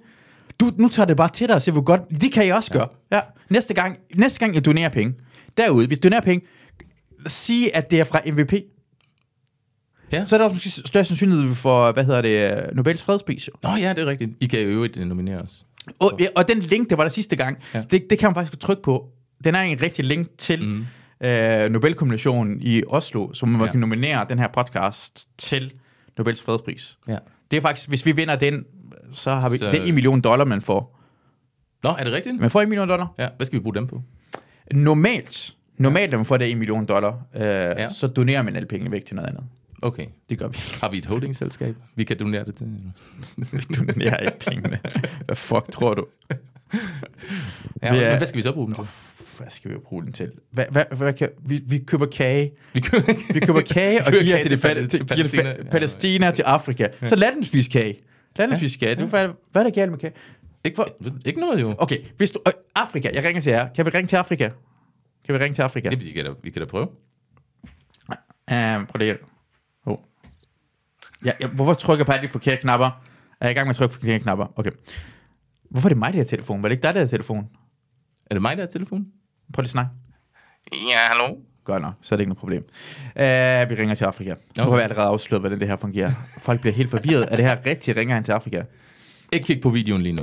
Speaker 1: Du, nu tager det bare til dig og siger, hvor godt, det kan jeg også ja. gøre. Ja. Næste, gang, næste gang jeg donerer penge, derude, hvis du donerer penge, sig at det er fra MVP.
Speaker 2: Ja.
Speaker 1: Så er der også måske større sandsynlighed for, hvad hedder det, Nobels fredspris. jo.
Speaker 2: Nå ja, det er rigtigt. I kan jo øvrigt øh, nominere os.
Speaker 1: Og, ja, og den link, der var der sidste gang,
Speaker 2: Ja.
Speaker 1: ja. det, det kan man faktisk trykke på. Den er en rigtig link til mm. øh, Nobelkommissionen i Oslo, som man
Speaker 2: Ja.
Speaker 1: ja. kan nominere den her podcast til Nobels fredspris.
Speaker 2: Ja.
Speaker 1: Det er faktisk, hvis vi vinder den, så har vi
Speaker 2: Så-
Speaker 1: så... den 1 million dollar, man får.
Speaker 2: Nå, er det rigtigt?
Speaker 1: Man får 1 million dollar.
Speaker 2: Ja, hvad skal vi bruge dem på?
Speaker 1: Normalt, Normalt, når man får det 1 million dollar, øh, ja.
Speaker 2: Ja.
Speaker 1: så donerer man alle penge væk til noget andet.
Speaker 2: Okay.
Speaker 1: Det gør vi.
Speaker 2: Har vi et holdingselskab, vi kan donere det til?
Speaker 1: Vi donerer ikke pengene. Hvad fuck tror du?
Speaker 2: Ja,
Speaker 1: Vi er-
Speaker 2: men hvad skal vi så bruge dem til?
Speaker 1: Hvad skal vi bruge den til? Hvad, hvad, hvad kan, vi, vi køber kage.
Speaker 2: Vi køber,
Speaker 1: Vi køber kage og
Speaker 2: køber
Speaker 1: giver
Speaker 2: kage
Speaker 1: til, de
Speaker 2: til
Speaker 1: pal-
Speaker 2: Pal-
Speaker 1: til,
Speaker 2: til
Speaker 1: giver til
Speaker 2: Palæstina.
Speaker 1: Palæstina, Palæstina til Afrika. Så lad dem spise kage. Lad dem spise kage. Du, hvad, hvad er der galt med kage?
Speaker 2: ikke, for, ikke noget jo.
Speaker 1: Okay, hvis du... Øh, Afrika, jeg ringer til jer. Kan vi ringe til Afrika? Kan vi ringe til Afrika?
Speaker 2: Det, vi, kan da, vi kan da prøve.
Speaker 1: Uh, prøv lige. Oh. Ja, ja, hvorfor trykker jeg på alle de forkerte knapper? Er jeg i gang med at trykke på forkerte knapper? Okay. Hvorfor er det mig, der har telefon? Var det ikke dig, der har telefon?
Speaker 2: Er det mig, der har telefonen?
Speaker 1: Prøv lige at snakke.
Speaker 2: Ja, hallo.
Speaker 1: Godt nok, så er det ikke noget problem. Uh, vi ringer til Afrika. Nu har vi allerede afsløret, hvordan det her fungerer. Folk bliver helt forvirret. Er det her rigtigt? Ringer han til Afrika?
Speaker 2: Ikke kig på videoen lige nu.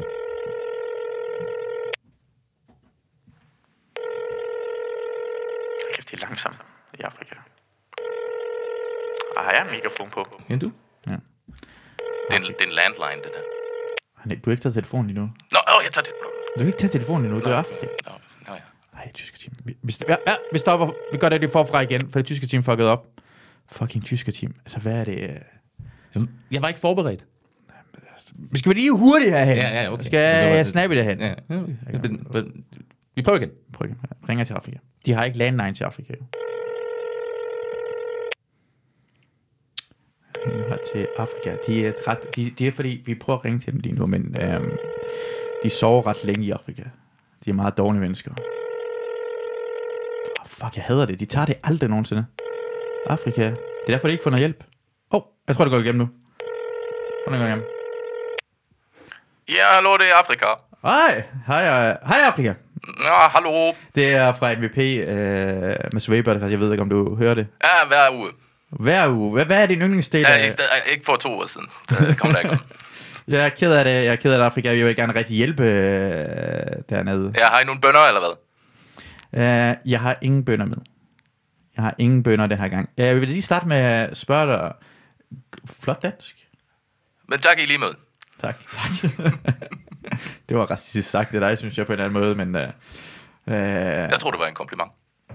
Speaker 1: Kæft, det er langsomt i Afrika. Ah, har jeg mikrofon på?
Speaker 2: Ja, du?
Speaker 1: Ja.
Speaker 2: Det er, en, det er en landline, det der.
Speaker 1: Han, er- Ah, du har ikke taget telefonen lige nu.
Speaker 2: Nå, åh, jeg tager det.
Speaker 1: Du har ikke taget telefonen lige nu, det er Afrika.
Speaker 2: Nå, nå ja.
Speaker 1: Nej, tyske team. Vi, vi, ja, ja, vi stopper. Vi gør det lige forfra igen, for det tyske team fuckede op. Fucking tyske team. Altså, hvad er det? øh?
Speaker 2: Jamen, Jeg var ikke forberedt.
Speaker 1: Vi skal lige hurtigt herhen.
Speaker 2: Ja, ja, okay.
Speaker 1: Skal jeg snappe det herhen?
Speaker 2: Ja, ja, okay. men, men, vi prøver igen.
Speaker 1: Prøv igen. Jeg ringer til Afrika. De har ikke landline til Afrika. jo. Jeg ringer til Afrika. De er, ret, de, de er fordi, vi prøver at ringe til dem lige nu, men øhm, de sover ret længe i Afrika. De er meget dårlige mennesker. Oh, fuck, jeg hader det. De tager det aldrig nogensinde. Afrika. Det er derfor, de ikke får noget hjælp. Åh, oh, jeg tror, det går igennem nu. Prøv nu igennem.
Speaker 2: Ja, hallo, det er Afrika.
Speaker 1: Hej, hej, øh, hej Afrika.
Speaker 2: Nå, hallo.
Speaker 1: Det er fra MVP øh, med Svaber. Jeg ved ikke, om du hører det.
Speaker 2: Ja, hver uge.
Speaker 1: Hver uge. Hvad, hvad er din yndlingsdel?
Speaker 2: Ja,
Speaker 1: af-
Speaker 2: ikke, sted, ikke for to år siden. Det kom der ikke om.
Speaker 1: jeg er ked af det. Jeg er ked af det, Afrika. Jeg vil gerne rigtig hjælpe øh, dernede.
Speaker 2: Ja, har I nogle bønder, eller hvad?
Speaker 1: Ja. Uh, jeg har ingen bønder med. Jeg har ingen bønder det her gang. Uh, jeg vil lige starte med at spørge dig. Flot dansk.
Speaker 2: Men tak i lige måde.
Speaker 1: Tak. tak. det var racistisk sagt af dig, synes jeg, på en eller anden måde, men... Uh, uh,
Speaker 2: Jeg tror, det var en kompliment.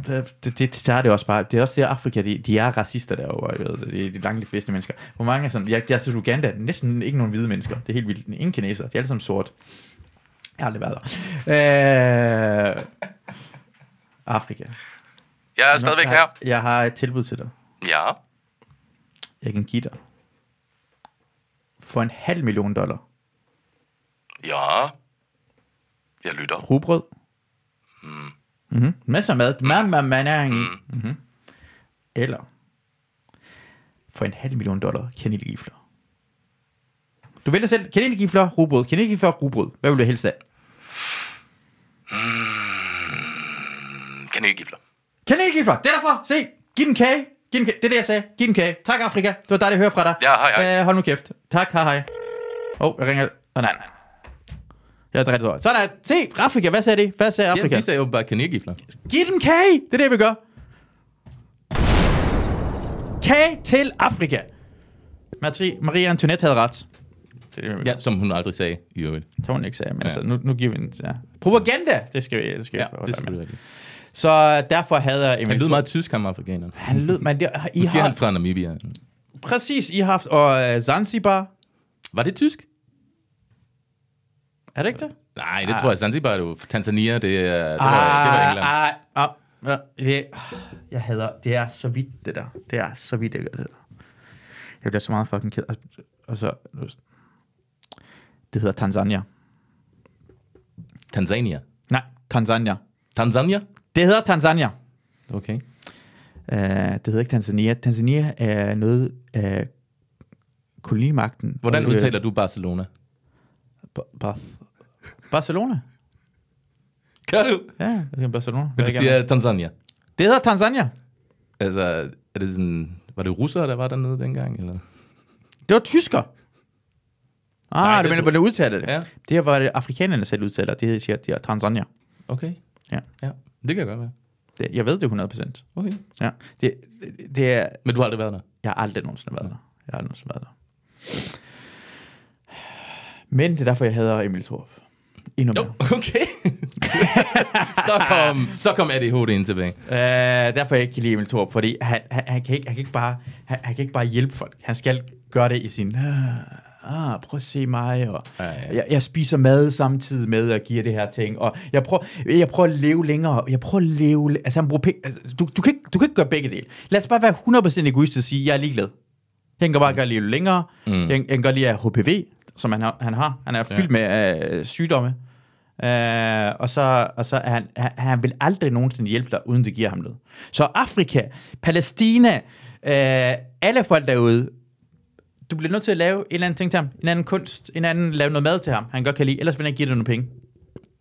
Speaker 1: det, det, det tager det også bare. Det er også det, Afrika, de, de er racister derovre. Jeg ved, det. det er de langt de fleste mennesker. Hvor mange er sådan, jeg, jeg synes Uganda, næsten ikke nogen hvide mennesker. Det er helt vildt. Ingen kineser, de er alle sammen sort. Jeg har aldrig været der. Øh, Afrika.
Speaker 3: Jeg er stadigvæk
Speaker 1: jeg,
Speaker 3: her.
Speaker 1: har- Jeg har et tilbud til dig.
Speaker 3: Ja.
Speaker 1: Jeg kan give dig. For en halv million dollar.
Speaker 3: Ja. Jeg lytter.
Speaker 1: Rugbrød. Mm. Mm-hmm. Masser af mad. Mamma, man er en. Mm-hmm. Eller for en halv million dollar kanelgifler. Du vælger selv kanelgifler, rugbrød. Kanelgifler, rugbrød. Hvad vil du helst af?
Speaker 3: Kanelgifler.
Speaker 1: Kanelgifler, det er derfor. Se, giv dem kage. Giv dem kage. Det er det, jeg sagde. Giv dem kage. Tak, Afrika. Det var dejligt at høre fra dig.
Speaker 3: Ja, hej, hej.
Speaker 1: Øh, hold nu kæft. Tak, hej, hej. Åh, oh, jeg ringer. Åh, oh, nej, nej. Jeg er rigtig dårlig. Sådan, se, Afrika, hvad sagde de? Hvad sagde
Speaker 2: Ja,
Speaker 1: Afrika?
Speaker 2: de sagde jo bare kanelgifler.
Speaker 1: Giv dem kage! Det er det, vi gør. Kage til Afrika. Matri, Maria Antoinette havde ret. Det er det, vi
Speaker 2: Ja, som hun aldrig sagde i øvrigt.
Speaker 1: ja. hun ikke sagde, men
Speaker 2: Ja.
Speaker 1: altså, nu, nu giver vi en... Ja. Propaganda! Det skal vi... Det skal
Speaker 2: Ja,
Speaker 1: vi holde
Speaker 2: det er
Speaker 1: øje med.
Speaker 2: selvfølgelig rigtigt.
Speaker 1: Så øh, derfor havde jeg...
Speaker 2: Han lød meget tysk, ham afrikaneren.
Speaker 1: Han lød... Man, det, I
Speaker 2: Måske er
Speaker 1: har,
Speaker 2: han fra Namibia.
Speaker 1: Præcis, I har haft... Og øh, Zanzibar.
Speaker 2: Var det tysk?
Speaker 1: Er det ikke det?
Speaker 2: Nej, det tror jeg. Zanzibar er jo Tanzania, det, er- det, var, det var England.
Speaker 1: Ah, ah, ah, det, jeg hader, det er så vidt det der. Det er så vidt, jeg gør det der. Jeg bliver så meget fucking ked. Altså, Altså, nu- det hedder Tanzania.
Speaker 2: Tanzania.
Speaker 1: Nej, Tanzania.
Speaker 2: Tanzania?
Speaker 1: Det hedder Tanzania.
Speaker 2: Okay.
Speaker 1: Uh, det hedder ikke Tanzania. Tanzania er noget af uh, kolonimagten.
Speaker 2: Hvordan
Speaker 1: Og, øh,
Speaker 2: udtaler du Barcelona?
Speaker 1: Ba- Ba- Barcelona?
Speaker 2: Gør du?
Speaker 1: Ja, det er Barcelona.
Speaker 2: Men
Speaker 1: Hvad
Speaker 2: du
Speaker 1: er det,
Speaker 2: siger Tanzania.
Speaker 1: det hedder Tanzania.
Speaker 2: Altså, er det sådan... Var det russere, der var dernede dengang? Eller?
Speaker 1: Det var tysker. Ah,
Speaker 2: Nej,
Speaker 1: Nej,
Speaker 2: det
Speaker 1: det mener,
Speaker 2: tror-
Speaker 1: hvordan udtaler det?
Speaker 2: Ja.
Speaker 1: Det her var det, afrikanerne selv udtaler. Det siger, det er Tanzania.
Speaker 2: Okay.
Speaker 1: Ja.
Speaker 2: ja. Det kan godt være.
Speaker 1: Det, jeg ved det 100%.
Speaker 2: Okay.
Speaker 1: Ja. Det, det, det er...
Speaker 2: Men du har aldrig været der?
Speaker 1: Jeg har aldrig nogensinde været der. Jeg har aldrig nogensinde været der. Men det er derfor, jeg hader Emil Thorup. Endnu mere.
Speaker 2: okay. så, kom, så kom ADHD ind tilbage.
Speaker 1: Øh, derfor jeg ikke kan lide Emil Thorup, fordi han, han, han, kan ikke, han, kan ikke bare, han, han kan ikke bare hjælpe folk. Han skal gøre det i sin... Ah, ah, prøv at se mig, og
Speaker 2: Ja,
Speaker 1: ja,
Speaker 2: ja.
Speaker 1: ja. Jeg, jeg spiser mad samtidig med, og giver det her ting, og jeg prøver, jeg prøver at leve længere, jeg prøver at leve... læ- Altså, han bruger penge, altså du, du, kan ikke, du kan ikke gøre begge dele. Lad os bare være 100% egoist og sige, jeg er ligeglad. Jeg kan bare gøre livet længere. Mm. Jeg, jeg kan godt lide at have HPV, som han har. Han, har. han er fyldt med øh, sygdomme. Øh, og så, og så er han, han, han vil aldrig nogensinde hjælpe dig, uden det giver ham noget. Så Afrika, Palæstina, øh, alle folk derude, du bliver nødt til at lave en eller anden ting til ham. En anden kunst, en anden lave noget mad til ham, han godt kan lide. Ellers vil han ikke give dig nogle penge.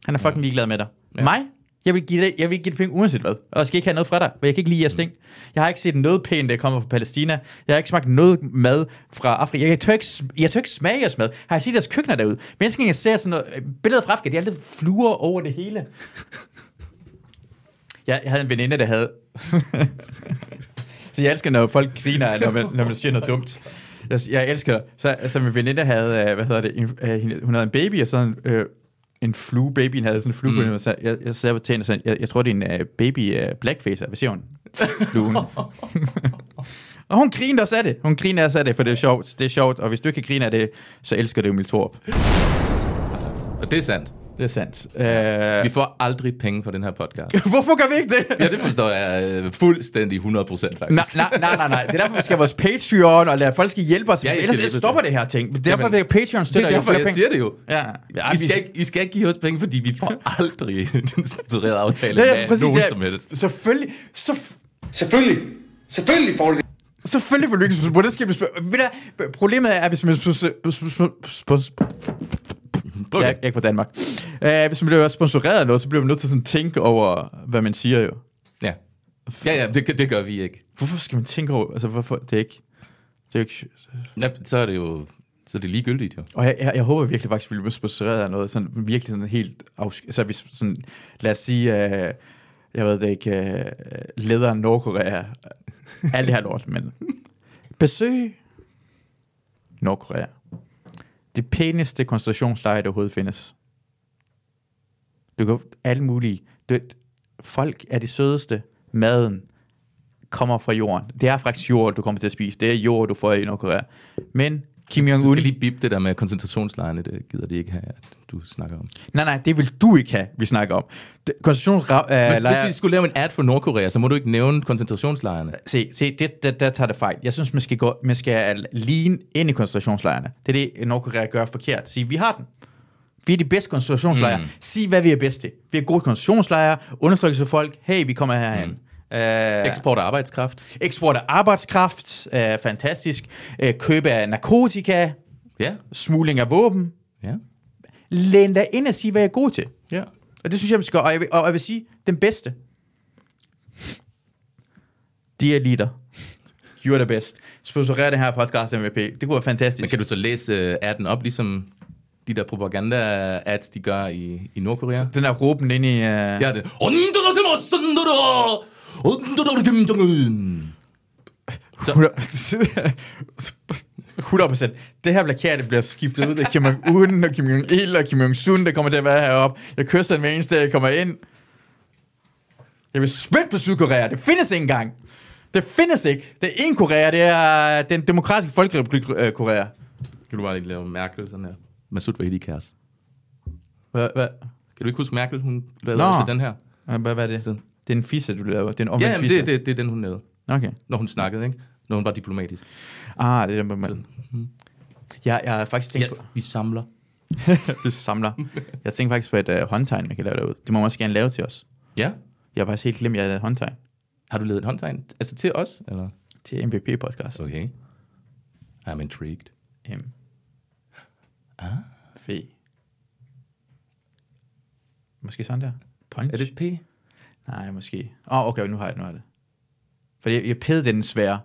Speaker 1: Han er fucking ligeglad med dig. Ja. Mig? Jeg vil, give dig, jeg vil give dig penge uanset hvad. Og jeg skal ikke have noget fra dig, for jeg kan ikke lide jeres ting. Jeg har ikke set noget pænt, der kommer fra Palæstina. Jeg har ikke smagt noget mad fra Afrika. Jeg tør ikke, sm- jeg tør ikke smage jeres mad. Har jeg set deres køkkener derude? Mennesker, jeg ser sådan noget, øh, billeder fra Afrika, de har lidt fluer over det hele. Jeg, jeg havde en veninde, der havde... så jeg elsker, når folk griner, når man, når man siger noget dumt. Jeg, jeg elsker... Så altså, min veninde havde, øh, hvad hedder det, en, øh, hende- hun havde en baby, og sådan øh, en flue. Babyen havde sådan en flue, mm. så jeg, jeg sagde på tænden, sådan, jeg, jeg tror, det er en øh, baby øh, blackfacer. Hvad siger hun? Fluen. og hun griner også af det. Hun griner også af det, for det er sjovt. Det er sjovt, og hvis du ikke kan grine af det, så elsker det Emil Thorup.
Speaker 2: Og det er sandt.
Speaker 1: Det er sandt. Øh,
Speaker 2: Vi får aldrig penge for den her podcast.
Speaker 1: hvorfor gør vi ikke det?
Speaker 2: Ja, det forstår jeg øh, fuldstændig 100% faktisk.
Speaker 1: Nej, nej, nej, nej, nej. Det er derfor, vi skal have vores Patreon, og lade folk skal hjælpe os.
Speaker 2: Ja,
Speaker 1: Ja,
Speaker 2: I skal
Speaker 1: ellers
Speaker 2: hjælpe os.
Speaker 1: ellers stopper det her ting. Det er Derfor
Speaker 2: Jamen,
Speaker 1: vil jeg Patreon
Speaker 2: det
Speaker 1: støtter
Speaker 2: er derfor,
Speaker 1: jo flere
Speaker 2: jeg
Speaker 1: penge.
Speaker 2: siger det jo.
Speaker 1: Ja.
Speaker 2: I skal, ikke, I skal ikke give os penge, fordi vi får aldrig en sponsoreret aftale
Speaker 1: Ja,
Speaker 2: med
Speaker 1: ja, præcis,
Speaker 2: nogen
Speaker 1: ja.
Speaker 2: som helst.
Speaker 1: Selvfølgelig, så,
Speaker 4: Selvfølgelig. Selvfølgelig får det.
Speaker 1: selvfølgelig vil du ikke sponsor- Hvordan skal vi spørge? Ved du hvad? problemet er, hvis man sponsor- sponsor- sponsor-
Speaker 2: Okay.
Speaker 1: jeg, jeg er ikke fra Danmark. Uh, hvis man bliver sponsoreret af noget, så bliver man nødt til sådan at tænke over, hvad man siger jo.
Speaker 2: Ja, ja, ja det, det gør vi ikke.
Speaker 1: Hvorfor skal man tænke over, altså hvorfor, det er ikke, det er ikke,
Speaker 2: Ja, så er det jo så er det ligegyldigt jo.
Speaker 1: Og jeg, jeg, jeg håber virkelig faktisk, at vi bliver sponsoreret af noget, sådan virkelig sådan helt afsk... Altså hvis sådan, lad os sige, øh, jeg ved det ikke, øh, lederen af Nordkorea, øh, alt det her lort, men besøg Nordkorea. Det pæneste koncentrationslejr, der overhovedet findes. Du kan alt muligt. Du, ved, folk er de sødeste. Maden kommer fra jorden. Det er faktisk jord, du kommer til at spise. Det er jord, du får i Nordkorea. Men Kim
Speaker 2: Du
Speaker 1: Jong-un...
Speaker 2: skal lige bip det der med koncentrationslejrene, det gider de ikke have, at du snakker om.
Speaker 1: Nej, nej, det vil du ikke have, vi snakker om. Det- Koncentrationslejre...
Speaker 2: Hvis,
Speaker 1: Øh,
Speaker 2: hvis vi
Speaker 1: lejre-
Speaker 2: skulle lave en ad for Nordkorea, så må du ikke nævne koncentrationslejrene.
Speaker 1: se, se det, der, der tager det fejl. Jeg synes, man skal, gå, man skal ligne ind i koncentrationslejrene. Det er det, Nordkorea gør forkert. Sige, vi har den. Vi er de bedste koncentrationslejre. Mm. Sig, hvad vi er bedst til. Vi er gode koncentrationslejre. Undertrykkelse af folk. Hey, vi kommer herhen. Mm. Øh,
Speaker 2: Eksport af arbejdskraft.
Speaker 1: eksport af arbejdskraft. Øh, fantastisk. Øh, køb af narkotika.
Speaker 2: Ja,
Speaker 1: Smugling af våben.
Speaker 2: ja,
Speaker 1: Læn dig ind og sige, hvad jeg er god til.
Speaker 2: ja.
Speaker 1: Og det synes jeg, vi skal Og jeg vil, og jeg vil sige, den bedste. De er leader. You are the best. Sponsorer den her podcast MVP. Det kunne være fantastisk.
Speaker 2: Men kan du så læse øh, adden op, ligesom de der propaganda-ads, de gør i, i Nordkorea? Så,
Speaker 1: Den er råben ind i... Uh... Ja.
Speaker 2: ja, det. Så-
Speaker 1: 100%. Det her plakat det bliver skiftet ud. Det er Kim Jong-un og Kim Jong-il og Kim Jong-sun, der kommer til at være heroppe. Jeg kysser den hver eneste, dag, jeg kommer ind. Jeg vil spytte på Sydkorea. Det findes ikke engang. Det findes ikke. Det er en Korea. Det er øh, den demokratiske folkerepublik øh, Korea.
Speaker 2: Kan du bare lige lave Merkel sådan her? Masud Vahidi kæreste.
Speaker 1: Hvad, hvad,
Speaker 2: Kan du ikke huske Merkel, hun lavede
Speaker 1: Nå.
Speaker 2: også den her?
Speaker 1: hvad, hvad er det?
Speaker 2: Sådan.
Speaker 1: Det er en fisse, du laver. Det er en
Speaker 2: Ja,
Speaker 1: omvendt
Speaker 2: jamen,
Speaker 1: fisse.
Speaker 2: det, det, det er den, hun lavede,
Speaker 1: Okay.
Speaker 2: når hun snakkede, ikke? Når hun var diplomatisk.
Speaker 1: Ah, det er den med manden. Jeg, jeg har faktisk tænkt
Speaker 2: Ja,
Speaker 1: ja. på...
Speaker 2: vi samler.
Speaker 1: Vi samler. Jeg tænkte faktisk på et øh, håndtegn, man kan lave derude. Det må man også gerne lave til os.
Speaker 2: Ja.
Speaker 1: Jeg har faktisk helt glemt, at jeg lavede et håndtegn
Speaker 2: Har du lavet et håndtegn? Altså til os, eller?
Speaker 1: til MVP-podcast.
Speaker 2: Okay. I'm intrigued.
Speaker 1: M. Ah. V. Måske sådan der? Punch?
Speaker 2: Er det et P?
Speaker 1: Nej, måske. Åh, oh, okay, nu har jeg det, nu har jeg det. Fordi jeg, jeg pædede den svære.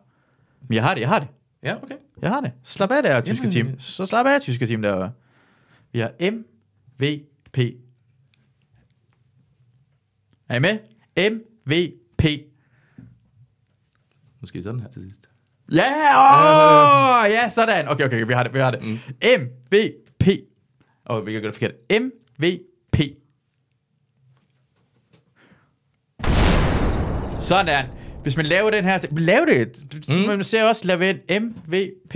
Speaker 1: Men jeg har det, jeg har det.
Speaker 2: Ja, okay.
Speaker 1: Jeg har det. Slap af der, tyske
Speaker 2: Jamen.
Speaker 1: team. Så slap af, tyske team der. Vi har M, V, P. Er I med? M, V, P.
Speaker 2: Måske sådan her til sidst.
Speaker 1: Ja, yeah! oh, ja, sådan. Okay, okay, vi har det, vi har det. Mm. M, V, P. Åh, oh, vi kan gøre det forkert. M, V, P. Sådan. Hvis man laver den her... Lav det. Mm. Man ser også Lavend MVP.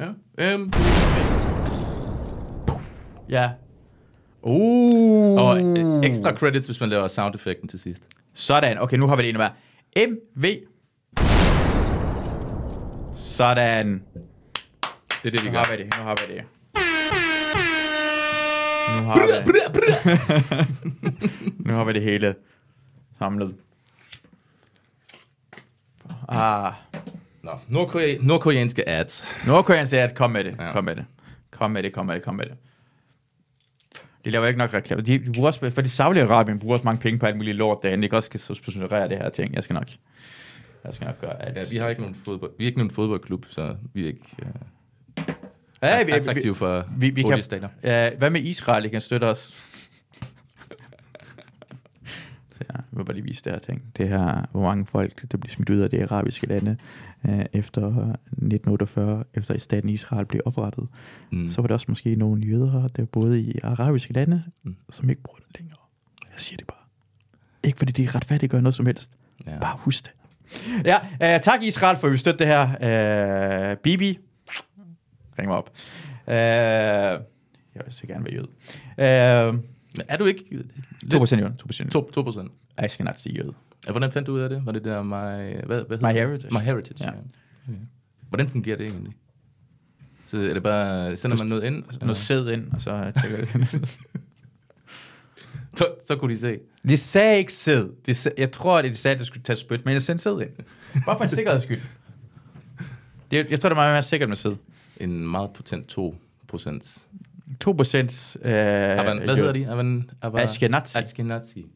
Speaker 2: Ja. Øhm.
Speaker 1: Ja. Uh.
Speaker 2: Og øh, ekstra credits, hvis man laver soundeffekten til sidst.
Speaker 1: Sådan. Okay, nu har vi det endnu mere. MV. Sådan.
Speaker 2: Det er det, vi
Speaker 1: Nu
Speaker 2: gør.
Speaker 1: har vi det. Nu har vi det. Nu har vi det. nu har vi det hele samlet. Ah.
Speaker 2: Nå, Nordkorea, nordkoreanske ads.
Speaker 1: Nordkorean siger, at kom med det,
Speaker 2: Ja.
Speaker 1: kom med det, kom med det, kom med det, kom med det. De laver ikke nok reklame. De, de bruger også, fordi Saudi-Arabien bruger også mange penge på alt muligt lort derinde. De kan også skal sponsorere det her ting. Jeg skal nok, jeg skal nok gøre alt.
Speaker 2: Ja, vi har ikke nogen fodbold, vi er ikke nogen fodboldklub, så vi er ikke øh,
Speaker 1: ja,
Speaker 2: attraktive for
Speaker 1: vi, vi kan,
Speaker 2: oliestater.
Speaker 1: ja, hvad med Israel? I kan støtte os. Så ja, jeg vil bare lige vise det her ting. Det her, hvor mange folk, der bliver smidt ud af de arabiske lande øh, efter 1948, efter staten Israel blev oprettet. Mm. Så var der også måske nogle jøder, der boede i arabiske lande, mm. som ikke bruger det længere. Jeg siger det bare. Ikke fordi de retfærdiggør noget som helst.
Speaker 2: Ja.
Speaker 1: Bare husk det. Ja, øh, tak Israel for at vi støtte det her. Øh, Bibi, ring mig op. Øh, jeg vil så gerne være jød. Øh,
Speaker 2: Men er du ikke...
Speaker 1: 2% jød. 2% jød.
Speaker 2: 2 procent.
Speaker 1: Jeg skal nok sige jød.
Speaker 2: Ja, hvordan fandt du ud af det? Var det der My... Hvad, hvad hed
Speaker 1: My
Speaker 2: det?
Speaker 1: Heritage.
Speaker 2: My Heritage,
Speaker 1: Ja.
Speaker 2: ja. ja. Hvordan fungerer det egentlig? Så er det bare... Sender man noget ind?
Speaker 1: Noget Altså, sæd ind, og så tjekker jeg det.
Speaker 2: Så, så kunne de se.
Speaker 1: De sagde ikke sæd. De sag, jeg tror, at de sagde, at det skulle tage spyt, men jeg sendte sæd ind. Bare for en sikkerheds skyld. Det, er- jeg tror, det er meget mere sikkert med sæd.
Speaker 2: En meget potent 2 procent.
Speaker 1: 2 procent... Øh,
Speaker 2: Avan, hvad hedder de? Avan, Avan,
Speaker 1: Ashkenazi.
Speaker 2: Ashkenazi.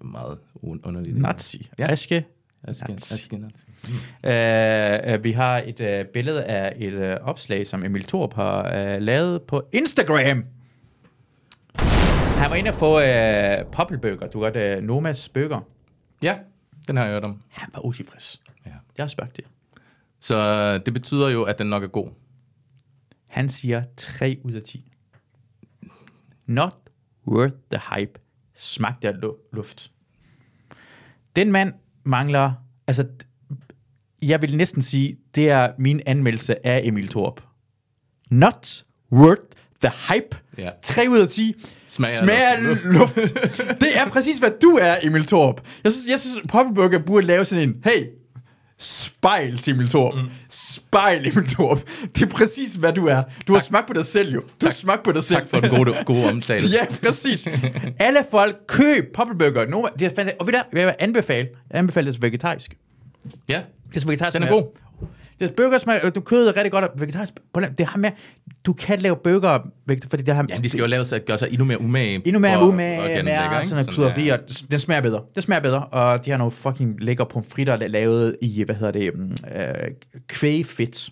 Speaker 2: Meget un- underligt.
Speaker 1: Nazi. Ja.
Speaker 2: Ja.
Speaker 1: Aske.
Speaker 2: Ashken,
Speaker 1: Nazi.
Speaker 2: Ashkenazi.
Speaker 1: Øh, øh, vi har et øh, billede af et øh, opslag, som Emil Thorup har øh, lavet på Instagram. Han var inde og få øh, poppelbøger. Du har godt øh, Nomas bøger.
Speaker 2: Ja, den har jeg hørt om.
Speaker 1: Han var utilfreds.
Speaker 2: Ja.
Speaker 1: Jeg har spurgt det.
Speaker 2: Så øh, det betyder jo, at den nok er god.
Speaker 1: Han siger 3 ud af 10. Not worth the hype. Smagte af lu- luft. Den mand mangler... Altså, jeg vil næsten sige, det er min anmeldelse af Emil Thorup. Not worth the hype.
Speaker 2: Ja.
Speaker 1: 3 ud af 10.
Speaker 2: Smager af
Speaker 1: Smager af luft. Det er præcis, hvad du er, Emil Thorup. Jeg synes, jeg synes Poppelburger burde lave sådan en, hey, spejl til Emil Thorup. Mm. Spejl Emil Thorup. Det er præcis, hvad du er. Du tak. har smagt på dig selv, jo. Du har smagt på dig selv.
Speaker 2: Tak for den gode, gode omtale.
Speaker 1: Ja, præcis. Alle folk, køb poppelbøger. Nogle, det er fandt, og ved der, jeg vil anbefale, jeg anbefaler det som vegetarisk.
Speaker 2: ja.
Speaker 1: Det er som vegetarisk.
Speaker 2: Den er
Speaker 1: smager. Det er burger smager, du kødet er rigtig godt, og vegetarisk, prøv at- det har med, du kan lave burger, vege- fordi det har,
Speaker 2: Ja, de skal jo lave sig, gøre sig endnu mere umage.
Speaker 1: Endnu mere
Speaker 2: for-
Speaker 1: umage,
Speaker 2: for at
Speaker 1: mere
Speaker 2: gøre den lækker,
Speaker 1: sådan
Speaker 2: ikke?
Speaker 1: noget krydderi, og den smager bedre. Det smager bedre, og de har nogle fucking lækre pomfritter la- lavet i, hvad hedder det, mm, øh, kvægfedt.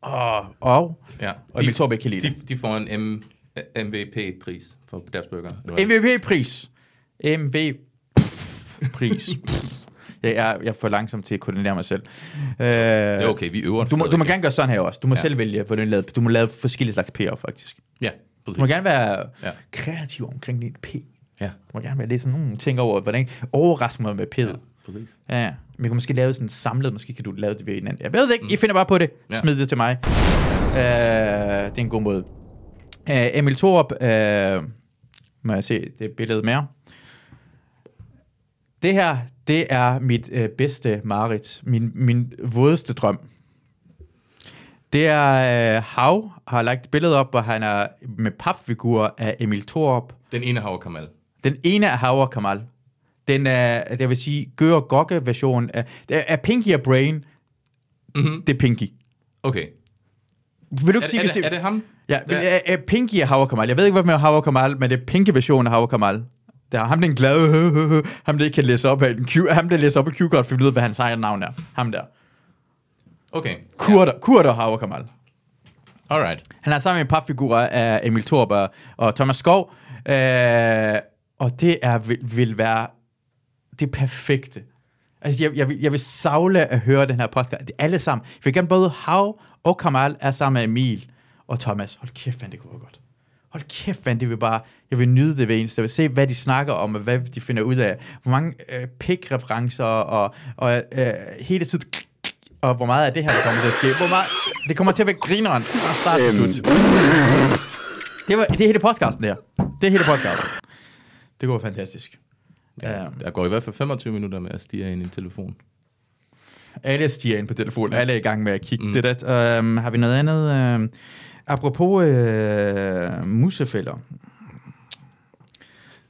Speaker 1: Og, og,
Speaker 2: Ja.
Speaker 1: og Emil Torbeck kan lide
Speaker 2: de, de får en M, MVP-pris for deres bøger.
Speaker 1: MVP-pris. MVP-pris. jeg, er, jeg er for langsom til at koordinere mig selv. Øh,
Speaker 2: Det er okay, vi øver.
Speaker 1: Du må, du må
Speaker 2: stadigvæk.
Speaker 1: gerne gøre sådan her også. Du må ja. selv vælge, hvordan du laver. Du må lave forskellige slags P'er, faktisk.
Speaker 2: Ja,
Speaker 1: Du må
Speaker 2: præcis.
Speaker 1: gerne være ja.
Speaker 2: Ja.
Speaker 1: kreativ omkring dit P.
Speaker 2: Ja,
Speaker 1: Du må gerne være lidt sådan, hmm, tænke over, hvordan overrasker man med P'et. Ja.
Speaker 2: præcis.
Speaker 1: Ja, ja. Men jeg kunne måske lave sådan samlet, måske kan du lave det ved hinanden. Jeg ved det ikke, mm. I finder bare på det.
Speaker 2: Ja.
Speaker 1: Smid det til mig. Øh, det er en god måde. Øh, Emil Thorup, øh, må jeg se det billede mere. Det her, det er mit øh, bedste mareridt, min, min vådeste drøm. Det er øh, Hav, har lagt et billede op, hvor han er med papfigur af Emil Thorup,
Speaker 2: Den ene har jo Kamal.
Speaker 1: den ene er Hauer Kamal. Den er, det vil sige, Gør Gokke version af, det er Pinky og Brain,
Speaker 2: Mhm.
Speaker 1: det er Pinky.
Speaker 2: Okay.
Speaker 1: Vil du
Speaker 2: Er,
Speaker 1: ikke sige,
Speaker 2: er,
Speaker 1: hvis
Speaker 2: det,
Speaker 1: det...
Speaker 2: er det ham?
Speaker 1: Ja, er, er Pinky og Hauer Kamal. Jeg ved ikke, hvad med Hauer Kamal, men det er Pinky version af Hauer Kamal. Det er ham, den glade, hø, hø, hø, ham der ikke kan læse op af en Q, ham der læser op af Q-kort, for vi ved, hvad hans eget navn er. Ham der.
Speaker 2: Okay.
Speaker 1: Kurder, kurder Hauer Kamal.
Speaker 2: Alright.
Speaker 1: Han er sammen med en par figurer af Emil Thorup og, og Thomas Skov. Øh, og det er, vil, vil være det perfekte. Altså, jeg, jeg, vil- jeg vil savle at høre den her podcast. Det er alle sammen. Jeg vil gerne både Hav og Kamal er sammen med Emil og Thomas. Hold kæft, man, det kunne være godt. hold kæft, man, det vil bare, jeg vil nyde det ved eneste, jeg vil se, hvad de snakker om, og hvad de finder ud af, hvor mange øh, pik-referencer, og, og øh, hele tiden, og hvor meget af det her der kommer til at ske, hvor meget, det kommer til at være grineren fra start til slut. Det, var, det er hele podcasten der. Det er hele podcasten. Det går fantastisk. Ja. Um,
Speaker 2: Der går i hvert fald 25 minutter med at stige ind i en telefon.
Speaker 1: alle stiger ind på telefonen. Alle er i gang med at kigge mm. det der. Um, har vi noget andet? Um, apropos uh, musefælder.